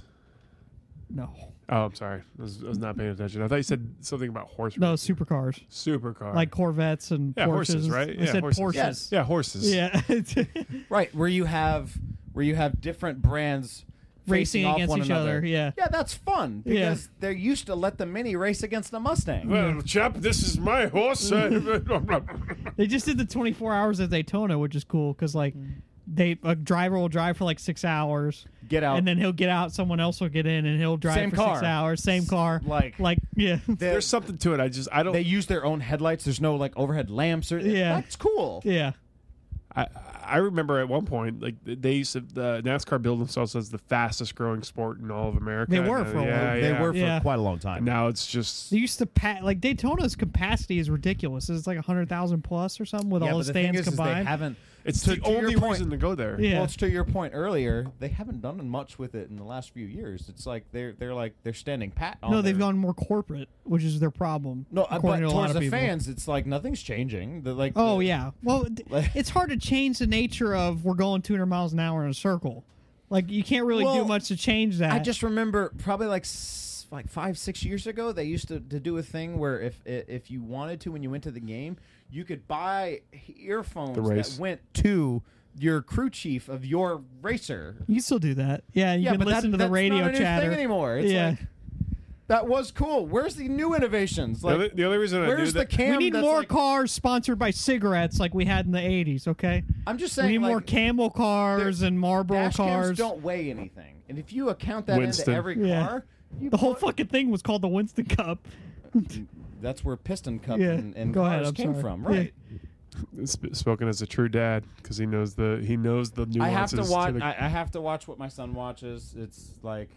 no, Oh, I'm sorry. I was, I was not paying attention. I thought you said something about horse. no racing. supercars supercar. like Corvettes and yeah, Porsches. horses, right? I Yeah, said horses. Porsches. Yes. yeah, horses. Yeah. <laughs> Right, where you have where you have different brands facing racing off against one each another. other. Yeah. yeah, that's fun Yeah. because they used to let the Mini race against the Mustang. Well, chap, this is <laughs> my horse. <laughs> They just did the 24 hours at Daytona, which is cool because like Mm. they a driver will drive for like six hours, Get out. and then he'll get out. Someone else will get in, and he'll drive Same for car. six hours, same car. like- like yeah, <laughs> They- There's something to it. I just I don't. they use their own headlights. There's no like overhead lamps or Yeah. That's cool. <laughs> yeah. I, I remember at one point like they used to the NASCAR billed themselves as the fastest growing sport in all of America. They were And, uh, for a while. yeah, They yeah. were for Yeah. quite a long time. And now it's just They used to pat like Daytona's capacity is ridiculous. It's like 100,000 plus or something with yeah, all but the the thing stands is, is they combined. haven't. it's to- the to your only point- reason to go there. yeah. Well, it's to your point earlier. They haven't done much with it in the last few years. It's like they're they're like they're standing pat. On no, they've their- gone more corporate, which is their problem. No, uh, but according to a lot towards of the people. fans, it's like nothing's changing. They're like, Oh the- yeah. <laughs> Well, d- it's hard to change the nature of we're going 200 miles an hour in a circle. Like you can't really Well, do much to change that. I just remember probably like s- like five six years ago they used to, to do a thing where if i- if you wanted to when you went to the game you could buy earphones The race. that went to your crew chief of your racer. you can still do that. Yeah, you yeah, can but listen that, to that's the radio not a new chatter thing anymore. It's yeah, like, that was cool. Where's the new innovations? The, Like, other, the only reason I knew where's the that cam? we need that's more like- cars sponsored by cigarettes like we had in the 80s. Okay, I'm just we saying, need like, more Camel cars there- and Marlboro dash cams cars. don't weigh anything, and if you account that Winston. into every Yeah. car, you The whole put- fucking thing was called the Winston Cup. that's where piston cup Yeah, and, and go cars ahead. I'm came sorry. from, Yeah. right? sp- spoken as a true dad because he knows the he knows the I nuances. have to watch. the- I, I have to watch what my son watches. It's like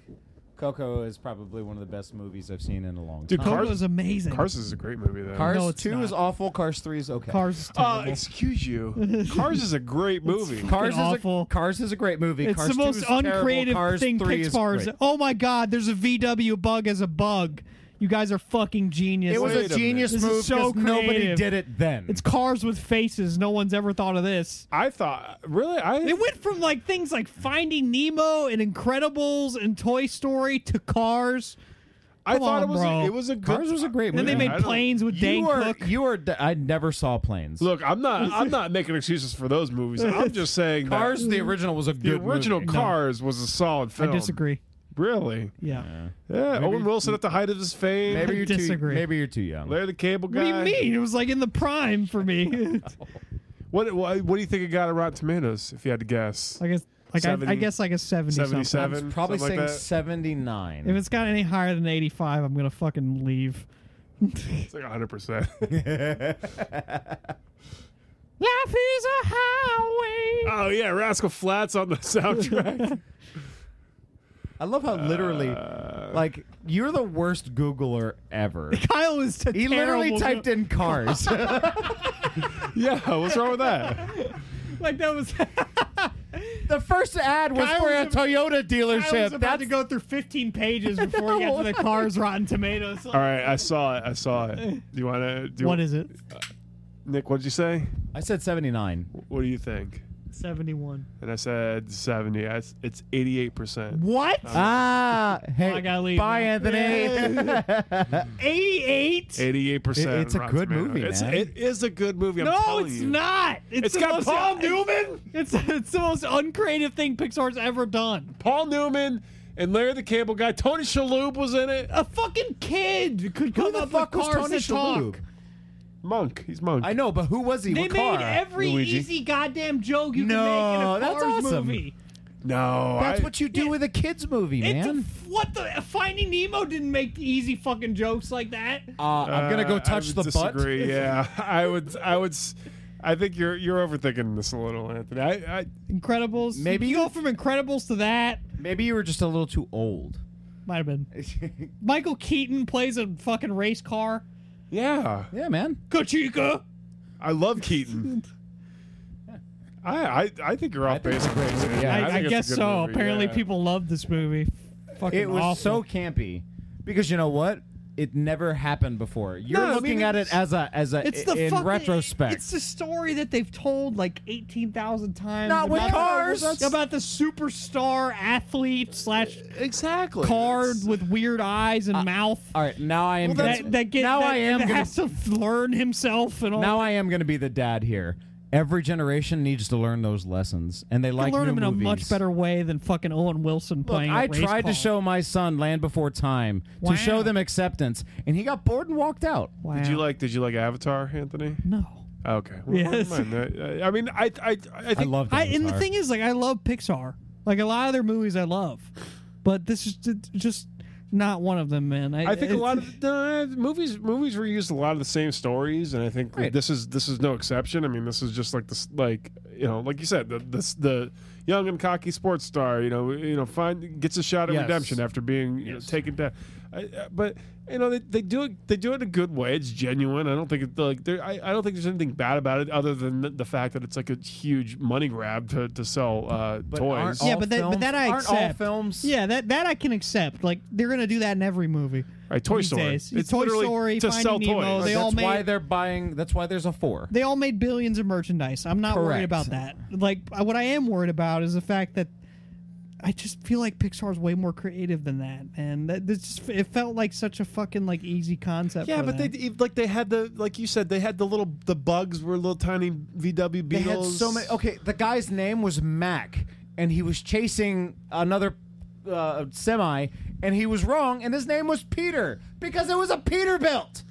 Coco is probably one of the best movies I've seen in a long Dude, time. Coco Cars- was amazing. Cars is a great movie though. Cars No, it's two is not. awful. Cars three is okay. Cars is Uh, terrible. excuse <laughs> you. Cars is a great movie. Cars is awful. A, Cars is a great movie. It's Cars the 2 most is terrible. uncreative Cars thing 3 is Pixar is. great. Oh my god, there's a VW bug as a bug. You guys are fucking genius. It was Wait a a minute. genius This is move so because nobody creative. did it then. it's cars with faces. No one's ever thought of this. I thought really I It went from like things like Finding Nemo and Incredibles and Toy Story to Cars. I come thought on, it was bro. a, it was a good, Cars was a great Then they movie. I made don't- planes with Dan you are Cook. you are. d- I never saw planes. Look, I'm not <laughs> I'm not making excuses for those movies. I'm just saying that Cars Mm. the original was a good The original movie. Cars was a solid I film. disagree. Really? Yeah. Yeah. Owen Wilson at the height of his fame. Maybe I you're too. disagree. Maybe you're too young. <laughs> Larry the Cable Guy. What do you mean? It was like in the prime for me. <laughs> What What, what do you think it got at Rotten Tomatoes? If you had to guess, like a, like I, I Seventy- guess like a seventy. something. 77? Probably Something saying like that. seventy nine. If it's got any higher than eighty five, I'm gonna fucking leave. <laughs> it's like 100. percent Life is a highway. Oh yeah, Rascal <laughs> Flats on the soundtrack. I love how literally, Uh, like, you're the worst Googler ever. <laughs> Kyle was a He literally terrible- typed in <laughs> cars. <laughs> yeah, what's wrong with that? like that was. <laughs> the first ad was Kyle for was a a- Toyota I was dealership. about That's to go through 15 pages before you <laughs> get to the cars, Rotten Tomatoes. All right, I saw it. I saw it. Do you want to? Do What is it? Uh, Nick? What did you say? I said seventy nine. What do you think? 71. And I said 70. I, it's 88 percent. What? Ah, <laughs> hey, I gotta leave bye, now. Anthony. <laughs> 88? 88 percent. It- it's a good movie, It's, man. It is a good movie. I'm no, telling it's you. not. It's, It's the got most- Paul Newman. It's, it's the most uncreative thing Pixar's ever done. Paul Newman and Larry the Cable Guy. Tony Shalhoub was in it. A fucking kid could come the up fuck with was cars Tony that talk. Shalhoub? Monk. He's Monk. I know, but who was he? They What made car? every Luigi. easy goddamn joke you No, can make in a that's Cars awesome. movie. No, That's I- what you do with a kids movie, It's man. what the Finding Nemo didn't make easy fucking jokes like that. Uh, I'm gonna Uh, go I touch would the disagree. <laughs> Yeah, I would. I would. s- I think you're you're overthinking this a little, Anthony. I, I Incredibles. Maybe you you- go from Incredibles to that. butt. Maybe you were just a little too old. Might have been. <laughs> Michael Keaton plays a fucking race car. yeah, yeah, man. Kachika. I love Keaton. <laughs> I, I I think you're off think base. it's a great movie. Yeah, I, I I, think I, it's a guess good so. movie, Apparently, yeah. people love this movie. Fucking It was so awful. campy because you know what? It never happened before. You're No, I mean, looking at it it's- as a as a It's the in fucking, retrospect. It's the story that they've told like eighteen thousand times. Not with about- cars. That's- About the superstar athlete slash exactly card It's- with weird eyes and mouth. Uh, All right, now I am that, gonna, that get, now that, I am that gonna has to learn himself and all. now I am going to be the dad here. Every generation needs to learn those lessons, and they I like learned new him in a movies. much better way than fucking Owen Wilson Look, playing. I at race tried car. to show my son Land Before Time Wow. to show them acceptance, and he got bored and walked out. Wow. Did you like? Did you like Avatar, Anthony? No. Okay. Well, never Yes. mind. Uh, I mean, I, I, I think I loved I and the Avatar. thing is, like, I love Pixar. Like a lot of their movies, I love, but this is ju- just not one of them, man. I, I think a it- lot <laughs> of the, the movies movies reuse a lot of the same stories, and I think Right. this is this is no exception. I mean, this is just like this, like you know, like you said, the this, the young and cocky sports star, you know, you know, find gets a shot at Yes. redemption after being you know, taken down. I, uh, but you know, they, they do it they do it in a good way. It's genuine. I don't think it, like there. I, I don't think there's anything bad about it, other than the, the fact that it's like a huge money grab to to sell uh, toys. aren't yeah, all but that, but films- that I aren't all accept. films- Yeah, that that I can accept. Like they're gonna do that in every movie. Right, Toy these Story. days. It's Toy literally Story, to Finding sell Nemo, toys. They that's all made why they're buying. That's why there's a four. they all made billions of merchandise. I'm not worried Correct. about that. Like I- what I am worried about is the fact that I just feel like Pixar's way more creative than that, and that this just it felt like such a fucking like easy concept. Yeah, for but them. they e, like they had the like you said they had the little the bugs were little tiny VW Beetles. They had so many. oh, Okay, the guy's name was Mac, and he was chasing another uh, semi, and he was wrong, and his name was Peter because it was a Peterbilt.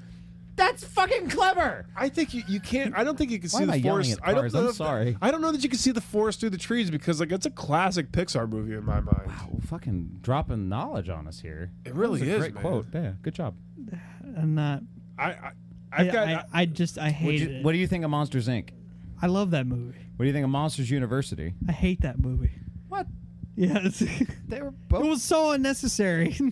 That's fucking clever. I think you, you can't. I don't think you can Why see am I the yelling forest. at I don't cars? know. I'm if- sorry. I don't know that you can see the forest through the trees because like it's a classic Pixar movie in my mind. Well, fucking dropping knowledge on us here. It really That was a is, great man. quote. Yeah, good job. I'm not. I, I I, I've got. uh, <laughs> I, I just I What'd hated you- it. what do you think of Monsters Inc? I love that movie. What do you think of Monsters University? I hate that movie. What? Yeah, it's, <laughs> it They were both. was so unnecessary. <laughs>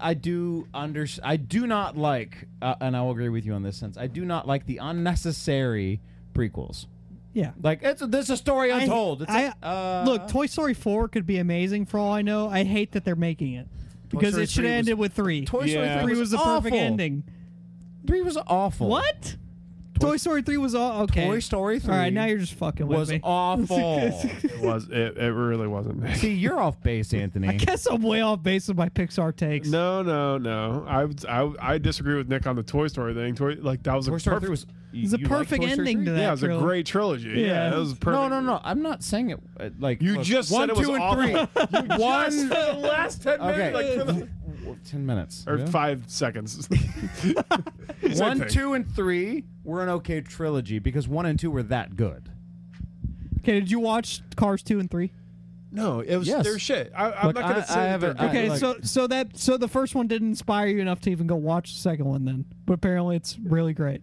I do under. I do not like, uh, and I will agree with you on this sense. I do not like the unnecessary prequels. yeah. Like it's this is a story I- untold. It's I, like, uh, look, Toy Story four could be amazing for all I know. I hate that they're making it because Story it should 3 have was- ended with three. Toy Story Yeah. three was, the perfect awful. ending. Three was awful. What? Toy, Story three was all okay. Toy Story All right, 3 now you're just fucking with was me. <laughs> awful. it was. It, it really wasn't. See, you're off base, I Anthony. guess I'm way off base with my Pixar takes. <laughs> no, no, no. I, would- I I disagree with Nick on the Toy Story thing. Toy, like that was Toy a Story perfect. three was. It's a you like perfect Toy Story ending 3? to that. yeah, it was a trilow- great trilogy. Yeah, Yeah. it was perfect. No, no, no. I'm not saying it uh, like You look, just one, said it was two, and awful. three. <laughs> <laughs> You One- just said the last ten Okay, minutes. Like, for the- W- ten minutes. or Yeah. five <laughs> seconds. Same One, thing. two, and three were an okay trilogy because one and two were that good. Okay, did you watch Cars two and three? No, it was Yes. their shit. I, I'm Look, not gonna I- say I that have they're a- good. Okay, like- so so that so the first one didn't inspire you enough to even go watch the second one then. But apparently it's really great.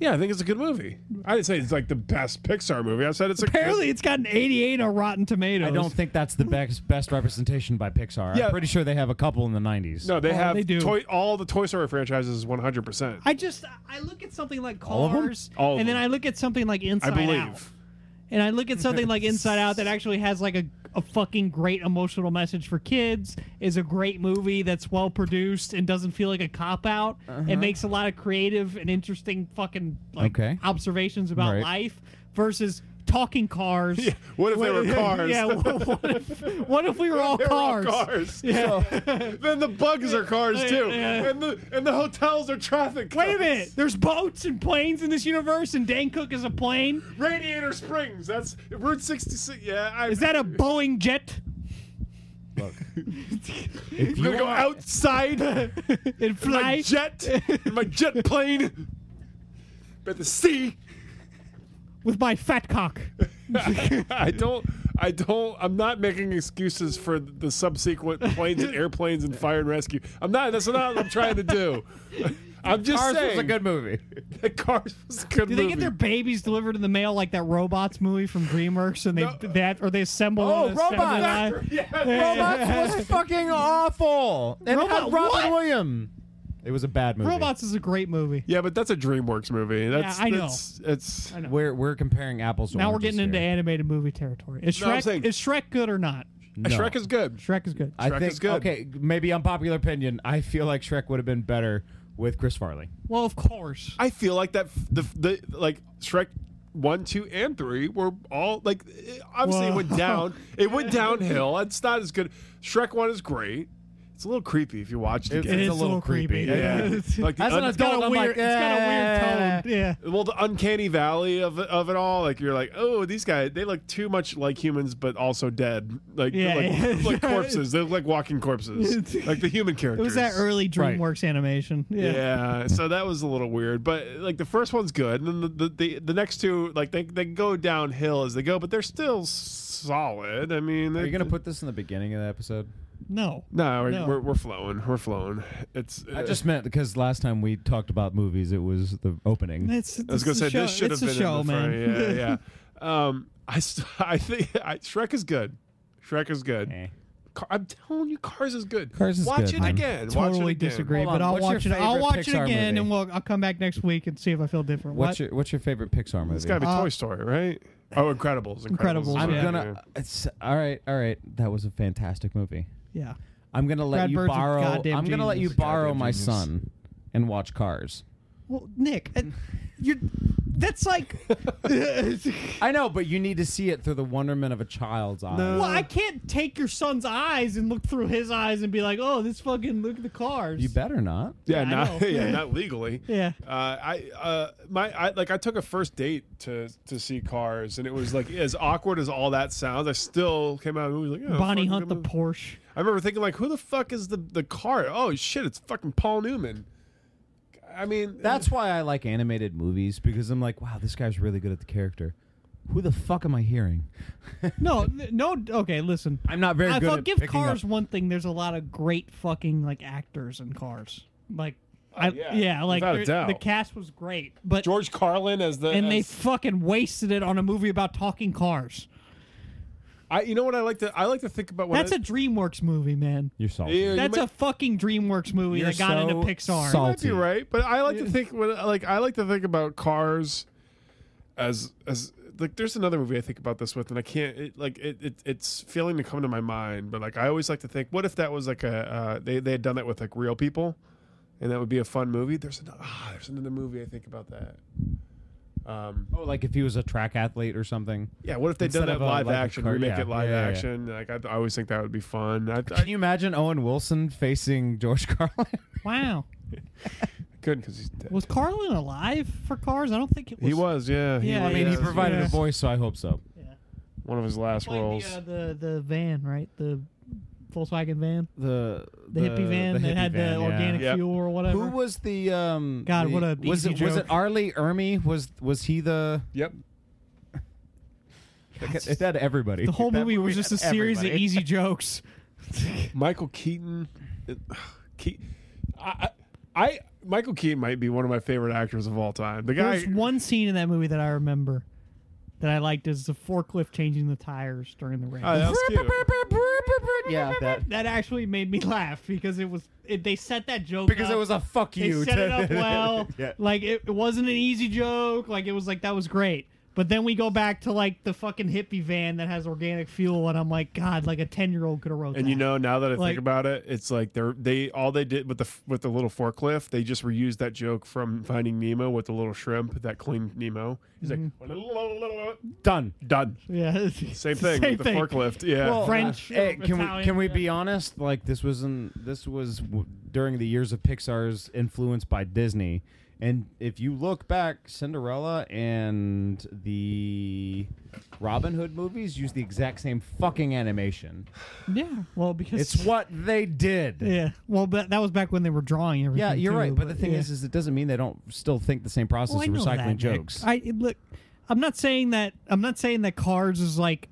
yeah, I think it's a good movie. I didn't say it's like the best Pixar movie. I said it's a Apparently it's got an 88 on Rotten Tomatoes. I don't think that's the best best representation by Pixar. Yeah. I'm pretty sure they have a couple in the '90s. No, they Oh, have they do. Toy, all the Toy Story franchises is 100. percent I just I look at something like All of 'em? Cars, All of and then them. I look at something like I Inside believe. Out, and I look at something like Inside <laughs> Out that actually has like a, a fucking great emotional message for kids, is a great movie that's well produced and doesn't feel like a cop out. Uh-huh. It makes a lot of creative and interesting fucking like Okay. observations about Right. life versus <laughs> talking cars. <laughs> What if they were <laughs> cars? <laughs> Yeah, what, what if, what if we were all They're all cars? cars. <laughs> Yeah. then the bugs are cars too, Yeah. and the and the hotels are traffic. Wait a cops. minute. There's boats and planes in this universe, and Dan Cook is a plane. Radiator Springs. That's Route 66. Yeah, I, Is <laughs> that a Boeing jet? If I'm you gonna go outside <laughs> It in my flies. jet, in my jet plane, by the sea. <laughs> with my fat cock. I don't. I don't. I'm not making excuses for the subsequent <laughs> planes and airplanes and fire and rescue. I'm not. That's not what I'm trying <laughs> to do. I'm just Cars saying. was a good <laughs> movie. that Cars was a good Do they movie. get their babies delivered in the mail like that robots movie from DreamWorks, and they No. that or they assemble? Oh, them and assemble Robot them? Factory. <laughs> yeah. Robots <laughs> was fucking awful. And Robot had Robin what? Williams. It was a bad movie. Robots is a great movie. Yeah, but that's a DreamWorks movie. That's, I know. That's, it's. know. We're we're comparing apples to Now we're oranges getting into here. animated movie territory. Is No, I'm Shrek saying- is Shrek good or not? No. Shrek is good. Shrek is good. I Shrek think is good. okay, maybe unpopular opinion. I feel like Shrek would have been better with Chris Farley. well, of course. I feel like that f- the the like Shrek one, two, and three were all like it- obviously it went Whoa. down. It went downhill. It's not as good. Shrek one is great. It's a little creepy if you watch it. It's- again. it's is a little creepy. Yeah. <laughs> Like the As an un- it's got adult, a I'm like, weird, it's got a weird tone. Yeah. Well, the uncanny valley of of it all, like you're like, oh, these guys, they look too much like humans, but also dead, like Yeah, like, yeah, that's <laughs> like right. corpses. They look like <laughs> walking corpses, like the human It characters. was that early DreamWorks animation. Yeah. Yeah. so that was a little weird, but like the first one's good, and then the the, the, the next two, like they, they go downhill as they go, but they're still solid. I mean, Are they, you gonna put this in the beginning of the episode? No. no, we're, No. We're, we're flowing, we're flowing. It's uh, I just meant because last time we talked about movies, it was the opening. It's, I it's was gonna the say this show- should have it's been a show, in the man. <laughs> front. Yeah, yeah. um, I st- <laughs> I think I, Shrek is good. Shrek is good. Eh. Car- I'm telling you, Cars is good. Cars is Watch good, it man. again. Watch it totally again. disagree, Hold on, but I'll what's your watch it. I'll favorite watch it Pixar again, movie? and we'll I'll come back next week and see if I feel different. What's what? your What's your favorite Pixar movie? It's gotta be Toy Story, right? Oh, Incredibles! Incredibles. is Uh, Incredibles, what I'm yeah. gonna. It's all right. All right. That was a fantastic movie. yeah. I'm gonna let Brad you Bird's a borrow. I'm goddamn gonna let you genius. borrow Goddamn my genius. son and watch Cars. Well, Nick, <laughs> uh, you're. That's like. <laughs> I know, but you need to see it through the wonderment of a child's eyes. Well, I can't take your son's eyes and look through his eyes and be like, "Oh, this fucking look at the cars." You better not. Yeah, I not know. <laughs> <laughs> yeah, not legally. Yeah. Uh, I uh, my I like I took a first date to to see Cars, and it was like as awkward as all that sounds. I still came out of the movie like oh, Bonnie fucking Hunt the good movie. Porsche. I remember thinking like, who the fuck is the the car? Oh shit, it's fucking Paul Newman. I mean, That's why I like animated movies because I'm like, wow, this guy's really good at the character. Who the fuck am I <laughs> hearing? No, n- no. Okay, listen. I'm not very I good thought at give picking Cars up. one thing. There's a lot of great fucking like actors in Cars. Like, I, yeah. yeah. like Without a there- doubt. the cast was great, but George Carlin as the and they as- fucking wasted it on a movie about talking cars. I you know what I like to I like to think about when That's I, a DreamWorks movie, man. You're salty. Yeah, you That's might- a fucking DreamWorks movie You're that got into so Pixar. salt- might be salty. right, but I like to think when like I like to think about cars as as like there's another movie I think about this with, and I can't it, like it, it it's failing to come to my mind, but like I always like to think, what if that was like a uh, they they had done that with like real people, and that would be a fun movie. There's another ah, there's another movie I think about that. Um, Oh, like if he was a track athlete or something. yeah, what if they'd done Instead that of a- live like a action, car- remake yeah, it live yeah, yeah. action? Like I, I always think that would be fun. I, I Can you imagine Owen Wilson facing George <laughs> Carlin? Wow. couldn't because he's dead. Was Carlin alive for Cars? I don't think it was. he was, yeah. Yeah, was, I mean, he yeah. provided a voice, so I hope so. one of his last roles. the, uh, the van, right? The Volkswagen van, The the, hippie van that had the organic Yep. fuel or whatever. Who was the um? God, the- what a was easy it? Was it joke. Arlie Ermy? Was was he the? Yep. It had everybody. the whole That movie was just a had series of everybody. easy jokes. Michael Keaton. <sighs> Ke- I, I, I- Michael Keaton might be one of my favorite actors of all time. The guy. There's one scene in that movie that I remember that I liked is the forklift changing the tires during the rain. Oh, that was cute. <laughs> Yeah, <laughs> that that actually made me laugh because it was it, they set that joke because up. it was a fuck they you. set to- <laughs> it up well. yeah. Like it, it wasn't an easy joke. Like it was like that was great. But then we go back to like the fucking hippie van that has organic fuel, and I'm like, God, like a ten year old could have wrote And that. you know, now that I Like- think about it, it's like they're they all they did with the f- with the little forklift, they just reused that joke from Finding Nemo with the little shrimp that cleaned Nemo. He's Mm-hmm. like Done. done. <laughs> yeah, it's Same the same <laughs> thing thing. with the forklift. Yeah. Well, French, uh, hey, can we Italian, can we yeah. be honest? Like this was in this was w- during the years of Pixar's influence by Disney, and if you look back, Cinderella and the Robin Hood movies use the exact same fucking <laughs> animation. Yeah, well because It's what they did. Yeah, well, but that was back when they were drawing everything. Yeah, you're too, right. But the thing yeah. is, is it doesn't mean they don't still think the same process Well, I of know that, recycling Nick. jokes. I look. I'm not saying that. I'm not saying that Cars is like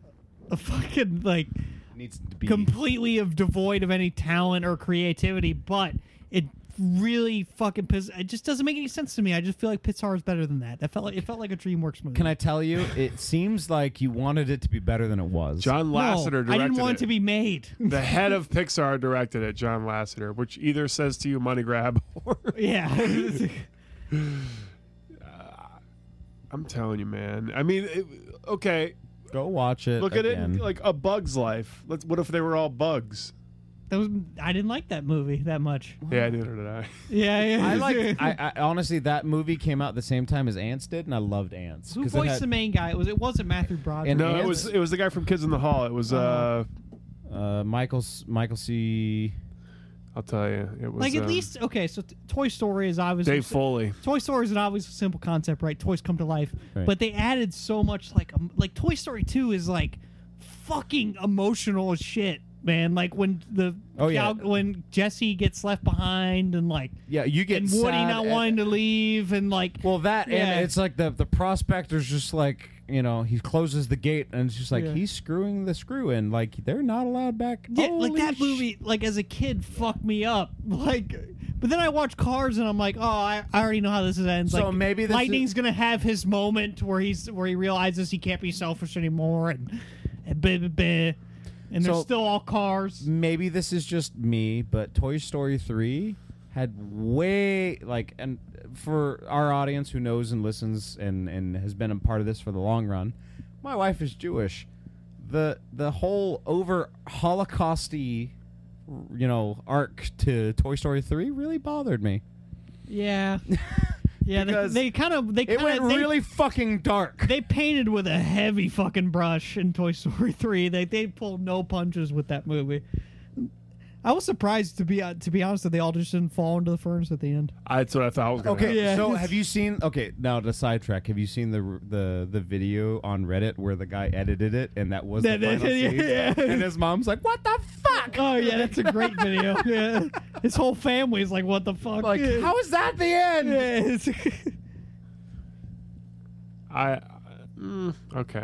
a <laughs> fucking like needs to be completely of devoid of any talent or creativity, but it really fucking piss. It just doesn't make any sense to me. I just feel like Pixar is better than that. That felt like it felt like a DreamWorks movie. Can I tell you? It seems like you wanted it to be better than it was. John No, Lasseter directed I didn't want it it. to be made. <laughs> the head of Pixar directed it, John Lasseter, which either says to you money grab <laughs> or <laughs> yeah. <laughs> I'm telling you, man. I mean, it, okay, Go watch it. look at again. it like a bug's life. Let's what if they were all bugs? that was I didn't like that movie that much. Yeah, neither did I. Yeah, yeah. I like. I, I honestly, that movie came out the same time as Ants did, and I loved Ants. Who 'cause it voiced had, the main guy? It was it wasn't Matthew Broderick. And- No, it Ants? was it was the guy from Kids in the Hall. It was uh Uh, Michael S- Michael C. I'll tell you, it was Like at uh, um, least okay, so t- Toy Story is obviously Dave Foley. Toy Story is an obviously simple concept, right? Toys come to life, Right. but they added so much. Like, um, like Toy Story Two is like fucking emotional as shit, man. Like when the Oh, yeah. cow- when Jesse gets left behind and like Yeah, you get and Woody sad not and- wanting to leave and like Well, that Yeah. and it's like the the prospector's just like you know he closes the gate and it's just like Yeah. he's screwing the screw in like they're not allowed back. Yeah, like Holy that sh- movie, like as a kid, fucked me up. <laughs> Like, but then I watch Cars and I'm like, oh, I, I already know how this ends. So like, maybe this Lightning's is- gonna have his moment where he's where he realizes he can't be selfish anymore, and and blah, blah, blah. and they're So- still all cars. Maybe this is just me, but Toy Story three had way like and for our audience who knows and listens and and has been a part of this for the long run, my wife is Jewish. The the whole over Holocausty, you know, arc to Toy Story three really bothered me. <laughs> Yeah, yeah. they- Because they kind of they It kind went of they, really fucking dark. they painted with a heavy fucking brush in Toy Story three. They they pulled no punches with that movie. I was surprised to be to be honest that they all just didn't fall into the furnace at the end. I, that's what I thought was going to Okay, Yeah. so have you seen? Okay, now to sidetrack, have you seen the the the video on Reddit where the guy edited it and that was the That- that- final scene? yeah. And his mom's like, "What the fuck? Oh yeah, that's a <laughs> great video. Yeah, his whole family's like, "What the fuck?" Like, Yeah. <laughs> how is that the end?" <laughs> Yeah, it's- happen. I mm, okay.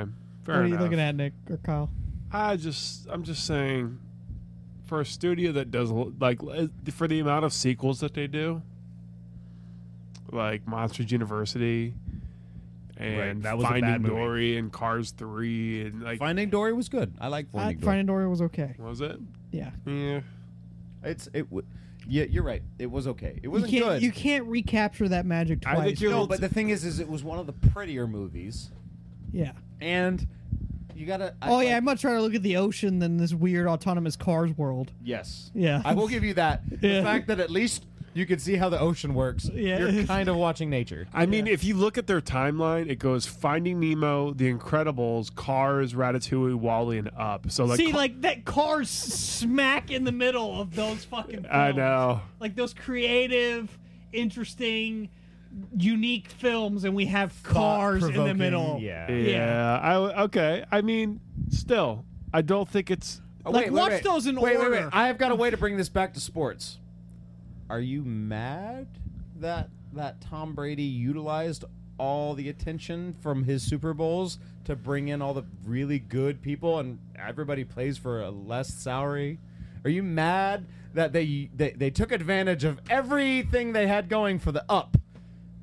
what Fair are you enough. looking at, Nick or Kyle? I just, I'm just saying, for a studio that does l- like l- for the amount of sequels that they do, like Monsters University, and Right, that was a Finding bad movie. Dory, and Cars Three, and like Finding Dory was good. I like I, Finding Dory. Finding Dory was okay. was it? Yeah, Yeah. it's it. W- yeah, you're right. It was okay. It wasn't you can't good. you can't recapture that magic I twice. think you're- no, but the thing is, is it was one of the prettier movies, yeah. and you gotta. I, Oh yeah, like- I'd much rather look at the ocean than this weird autonomous cars world. Yes. Yeah. I will give you that. Yeah. The fact that at least you can see how the ocean works. Yeah. You're kind of watching nature. I mean, if you look at their timeline, it goes Finding Nemo, The Incredibles, Cars, Ratatouille, Wally, and Up. So like, See, Ca- like that car's smack in the middle of those fucking. I films. know. like those creative, interesting, unique films, and we have cars in the Thought-provoking, middle. yeah. Yeah. I okay. I mean, still, I don't think it's. Oh, Like, watch those in wait, Wait, order. wait, I have got a way to bring this back to sports. Are you mad that that Tom Brady utilized all the attention from his Super Bowls to bring in all the really good people and everybody plays for a less salary? Are you mad that they they, they took advantage of everything they had going for the up?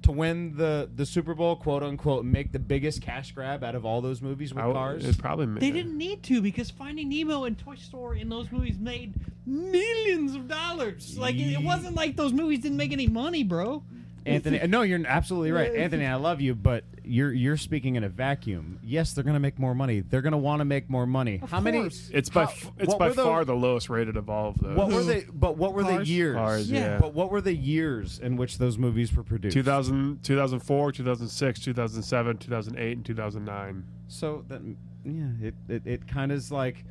To win the, the Super Bowl, quote unquote, and make the biggest cash grab out of all those movies with I, cars. It probably ma- They didn't need to because Finding Nemo and Toy Story and those movies made millions of dollars. Like it it wasn't like those movies didn't make any money, bro. Anthony, uh, no, you're absolutely right, Yeah. Anthony. I love you, but you're you're speaking in a vacuum. Yes, they're gonna make more money. They're gonna want to make more money. how many? course. It's by how- f- it's what by were the- far the lowest rated of all of those. What were <laughs> they? But what were Cars? the years? Cars, Yeah. yeah. But what were the years in which those movies were produced? 2000, 2004, 2006, 2007, 2008, and 2009. So that yeah, it it, it kind of is like.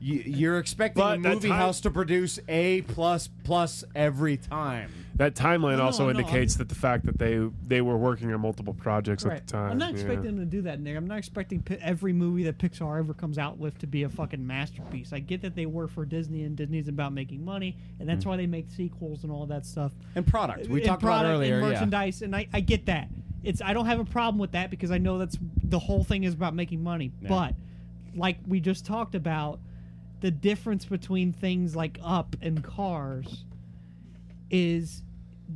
you- You're expecting But a that movie time- house to produce a plus plus every time. That timeline no, also no, indicates I'm- that the fact that they they were working on multiple projects at the time. I'm not yeah. expecting them to do that, Nick. I'm not expecting pi- every movie that Pixar ever comes out with to be a fucking masterpiece. I get that they work for Disney and Disney's about making money, and Mm. that's why they make sequels and all that stuff. And product we and talked product about earlier. and yeah. merchandise, and I, I get that. It's I don't have a problem with that because I know that's the whole thing is about making money. But like we just talked about, the difference between things like Up and Cars is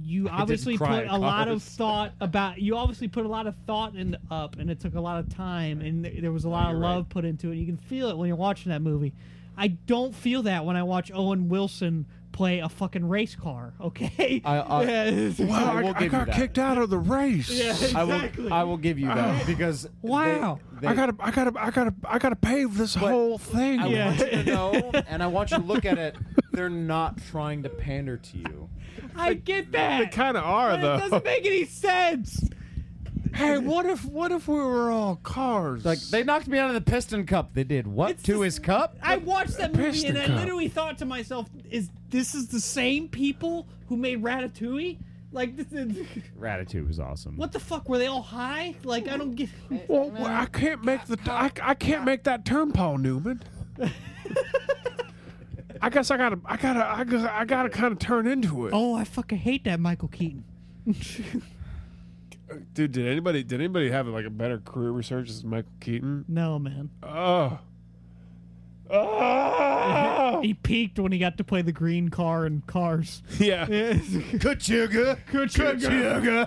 you obviously cry put a at lot of Cars. thought about you obviously put a lot of thought in Up, and it took a lot of time, and th- there was a lot of you're right. love put into it. You can feel it when you're watching that movie. I don't feel that when I watch Owen Wilson play a fucking race car. <laughs> Okay. I- I- <laughs> Yeah. Wow, I will give you that. out of the race. Yeah, I will exactly. I will give you that because they- Wow. they- I gotta, I gotta, I gotta pave this whole thing. I Yeah. want you to <laughs> know, and I want you to look at it. They're not trying to pander to you. I get that. They kind of are but it though. doesn't make any sense. hey, what if, what if we were all cars? Like they knocked me out of the piston cup. They did what It's to just- his cup? I watched that movie Piston and I cup. literally thought to myself, is this is the same people who made Ratatouille? Like, this is- <laughs> Ratatouille was awesome. what the fuck were they all high? Like, I don't get. Well, well, I can't make the I, I can't make that turn, Paul Newman. I guess I gotta I gotta I gotta, I gotta kind of turn into it. Oh, I fucking hate that Michael Keaton. Dude, did anybody did anybody have like a better career resurgence than Michael Keaton? <laughs> No, man. Oh, oh, <laughs> He peaked when he got to play the green car in Cars. yeah. Kachuga. Kachuga.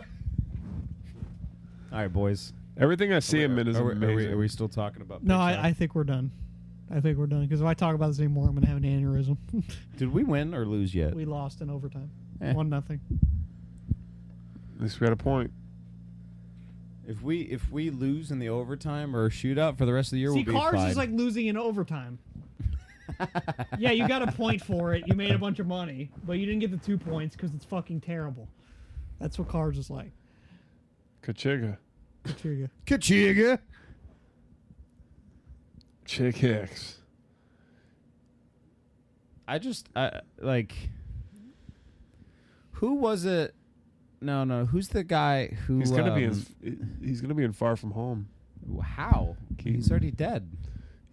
All right, boys. Everything I see him in is Are we, are, we, amazing. are we still talking about? No, Pixar? I, I think we're done. I think we're done because if I talk about this anymore, I'm gonna have an aneurysm. <laughs> did we win or lose yet? we lost in overtime, Eh. one nothing. At least we got a point. If we if we lose in the overtime or shootout for the rest of the year, See, we'll be Cars fine. is like losing in overtime. yeah, you got a point for it. You made a bunch of money, but you didn't get the two points because it's fucking terrible. That's what Cars is like. Kachiga, Good cheer you. Kachuga. Chick Hicks. I just I like. Who was it? No, no. Who's the guy who? He's gonna be um, in he's gonna be in Far From Home. How? He's Keaton. already dead.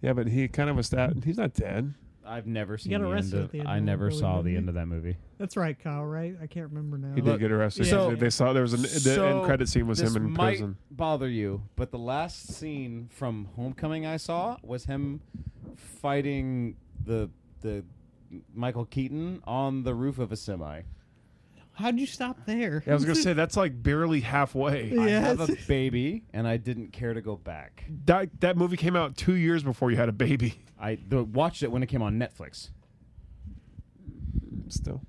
Yeah, but he kind of a stat. He's not dead. I've never seen got the end arrested of. at the end I of never Billy saw Bundy. the end of that movie. That's right, Kyle. Right? I can't remember now. He did get arrested. yeah. So, they saw there was an the end credit scene was this him in might prison. Bother you, but the last scene from Homecoming I saw was him fighting the the Michael Keaton on the roof of a semi. How'd you stop there? Yeah, I was gonna <laughs> say that's like barely halfway. I Yes. have a baby, and I didn't care to go back. That that movie came out two years before you had a baby. I th- watched it when it came on Netflix. Still,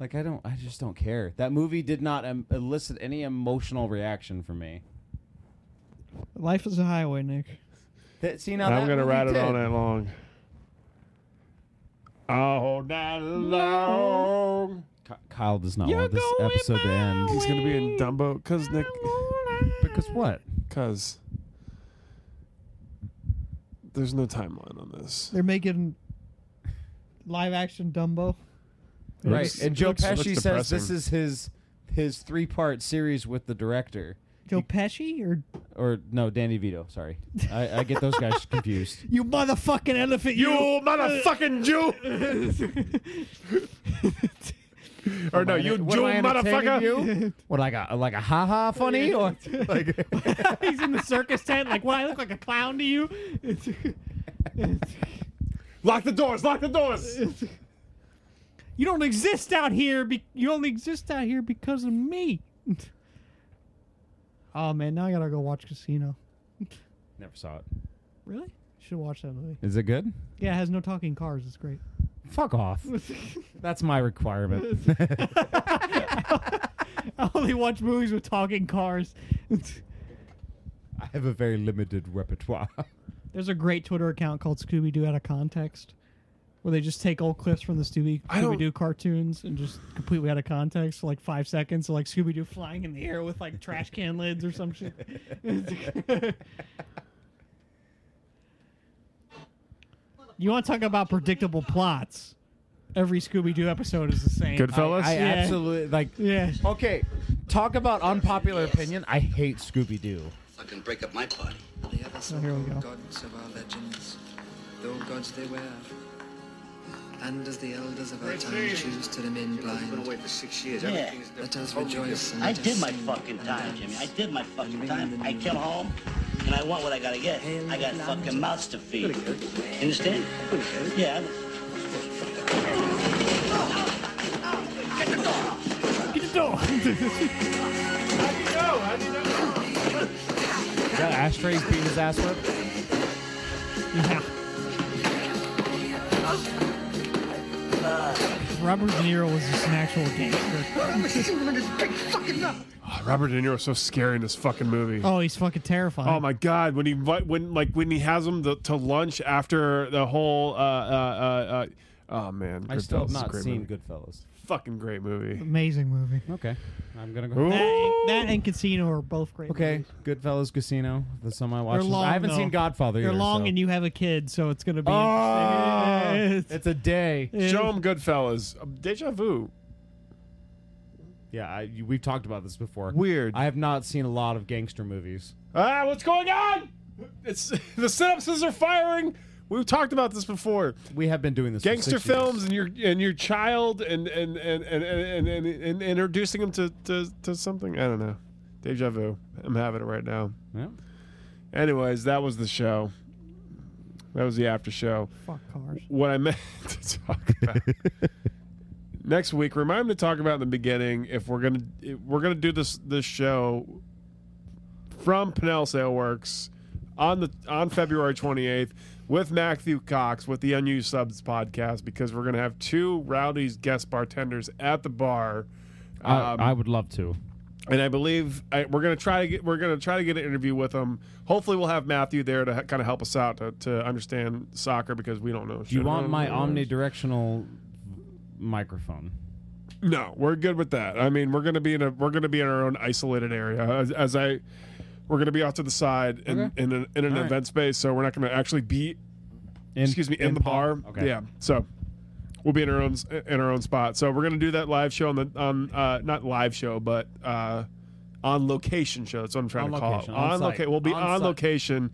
Like I don't, I just don't care. That movie did not um, elicit any emotional reaction from me. Life is a highway, Nick. That, see now, I'm that gonna movie ride it did. all night long. All night long. Ky- Kyle does not want this episode to end He's gonna be in Dumbo, cause Nick, because what? cause there's no timeline on this. They're making live action Dumbo. Right. looks- and Joe looks- looks Pesci says this depressing. is his his three part series with the director. Joe Pesci or Or no, Danny Vito. Sorry, I, I get those <laughs> guys confused. you motherfucking elephant? You motherfucking Jew! or no, Am I you enter- what Jew am I entertaining motherfucker! You? What like a like a ha ha <laughs> funny or like <laughs> He's in the circus tent. Like, what? I look like a clown to you? Lock the doors! Lock the doors! You don't exist out here. Be- you only exist out here because of me. oh man, now I gotta go watch Casino. never saw it. Really? Should watch that movie. Is it good? Yeah, it has no talking cars. It's great. <laughs> Fuck <laughs> off. That's my requirement. I only watch movies with talking cars. <laughs> I have a very limited repertoire. <laughs> There's a great Twitter account called Scooby Doo Out of Context, where they just take old clips from the Scooby I don't- Scooby Doo cartoons and just completely out of context for like five seconds. So like Scooby Doo flying in the air with like trash can lids or some <laughs> shit. you want to talk about predictable plots? Every Scooby Doo episode is the same. Goodfellas? I Yeah. absolutely like. Yeah. Okay, talk about unpopular opinion. I hate Scooby Doo. I can break up my party. The other so Oh, here we go. gods of our legends, though gods they were. And as the elders of our time choose to remain blind, for six years. Yeah. let us rejoice and I let us did my sing fucking and time, dance. Jimmy. I did my fucking time. I came home and I want what I gotta get. I got fucking mouths to feed. You understand? Yeah. Is that ashtrays beating his ass with? Yeah. Robert De Niro was just an actual gangster. Oh, Robert De Niro's so scary in this fucking movie. Oh, he's fucking terrifying. Oh my god! When he invi- when like when he has him to, to lunch after the whole uh, uh, uh, uh, Oh man, I still have Goodfellas is a not great seen movie. Goodfellas. Fucking great movie. Amazing movie. Okay, I'm gonna go. Ooh. That, that and Casino are both great. Okay, movies. Goodfellas, Casino. That's some I watched. They're long, I haven't though. seen Godfather. They're either, long, so. and you have a kid, so it's gonna be. Oh, interesting. it's a day. It Show is. him Goodfellas. Um, Deja vu. Yeah, I, you- we've talked about this before. Weird. I have not seen a lot of gangster movies. Ah, what's going on? It's <laughs> the synapses are firing. We've talked about this before. We have been doing this. for Gangster six years. films and your and your child and and and and and, and, and, and introducing them to, to to something. I don't know. Deja vu. I'm having it right now. Yeah. Anyways, that was the show. That was the after show. Fuck cars. What I meant <laughs> to talk <laughs> about next week. Remind me to talk about in the beginning if we're gonna if we're gonna do this this show from Pinnell Sale Works on the on February 28th with Matthew Cox with the Unused Subs podcast because we're gonna have two rowdies guest bartenders at the bar. I, Um, I would love to. and I believe I, we're gonna try to get we're gonna try to get an interview with him. Hopefully, we'll have Matthew there to kind of help us out to, to understand soccer because we don't know. Do you want my Um, omnidirectional microphone? No, we're good with that. I mean, we're gonna be in a we're gonna be in our own isolated area as, as I. We're gonna be off to the side in Okay. in an, in an All right. event space, so we're not gonna actually be In, excuse me in, the pop- bar. Okay. Yeah, so we'll be in our own in our own spot. So we're gonna do that live show on the on uh, not live show, but uh, on location show. That's what I'm trying On to call location, it. on On site, location, we'll be on on, site. location.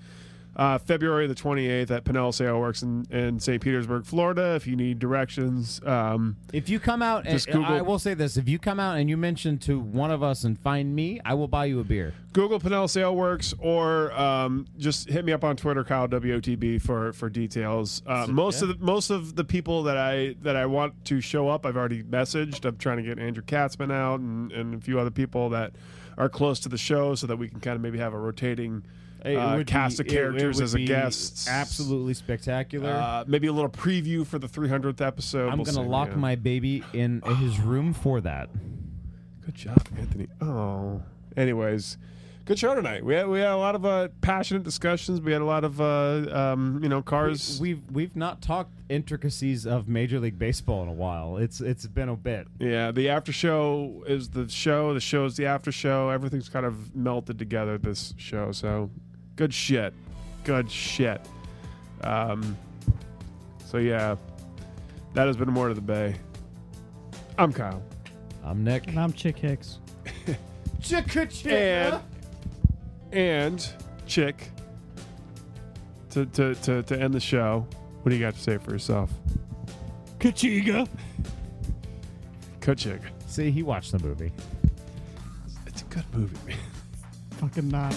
Uh, February the 28th at Pinel Sale Works in, in St. Petersburg, Florida. If you need directions, um, If you come out, and, Just Google- I will say this: if you come out and you mention to one of us and find me, I will buy you a beer. Google Pinel Sale Works or um, just hit me up on Twitter, Kyle WOTB for for details. Uh, most of the, most of the people that I that I want to show up, I've already messaged. I'm trying to get Andrew Katzman out and, and a few other people that are close to the show, so that we can kind of maybe have a rotating It uh, would cast be- of it- it characters would as a be guest. Absolutely spectacular. Uh, maybe a little preview for the 300th episode. I'm We'll gonna see, lock yeah. my baby in his room for that. Good job, Anthony. Oh. Anyways, good show tonight. We had we had a lot of uh, passionate discussions. We had a lot of uh, um, you know cars. We've we've not talked intricacies of Major League Baseball in a while. It's it's been a bit. yeah, the after show is the show. The show is the after show. Everything's kind of melted together this show. So good shit. Good shit. Um, so yeah, that has been more to the bay. I'm Kyle. I'm Nick. And I'm Chick Hicks. and and chick to, to, to, to end the show what do you got to say for yourself Kachiga. Kuchik. See, he watched the movie. it's a good movie man Fucking not.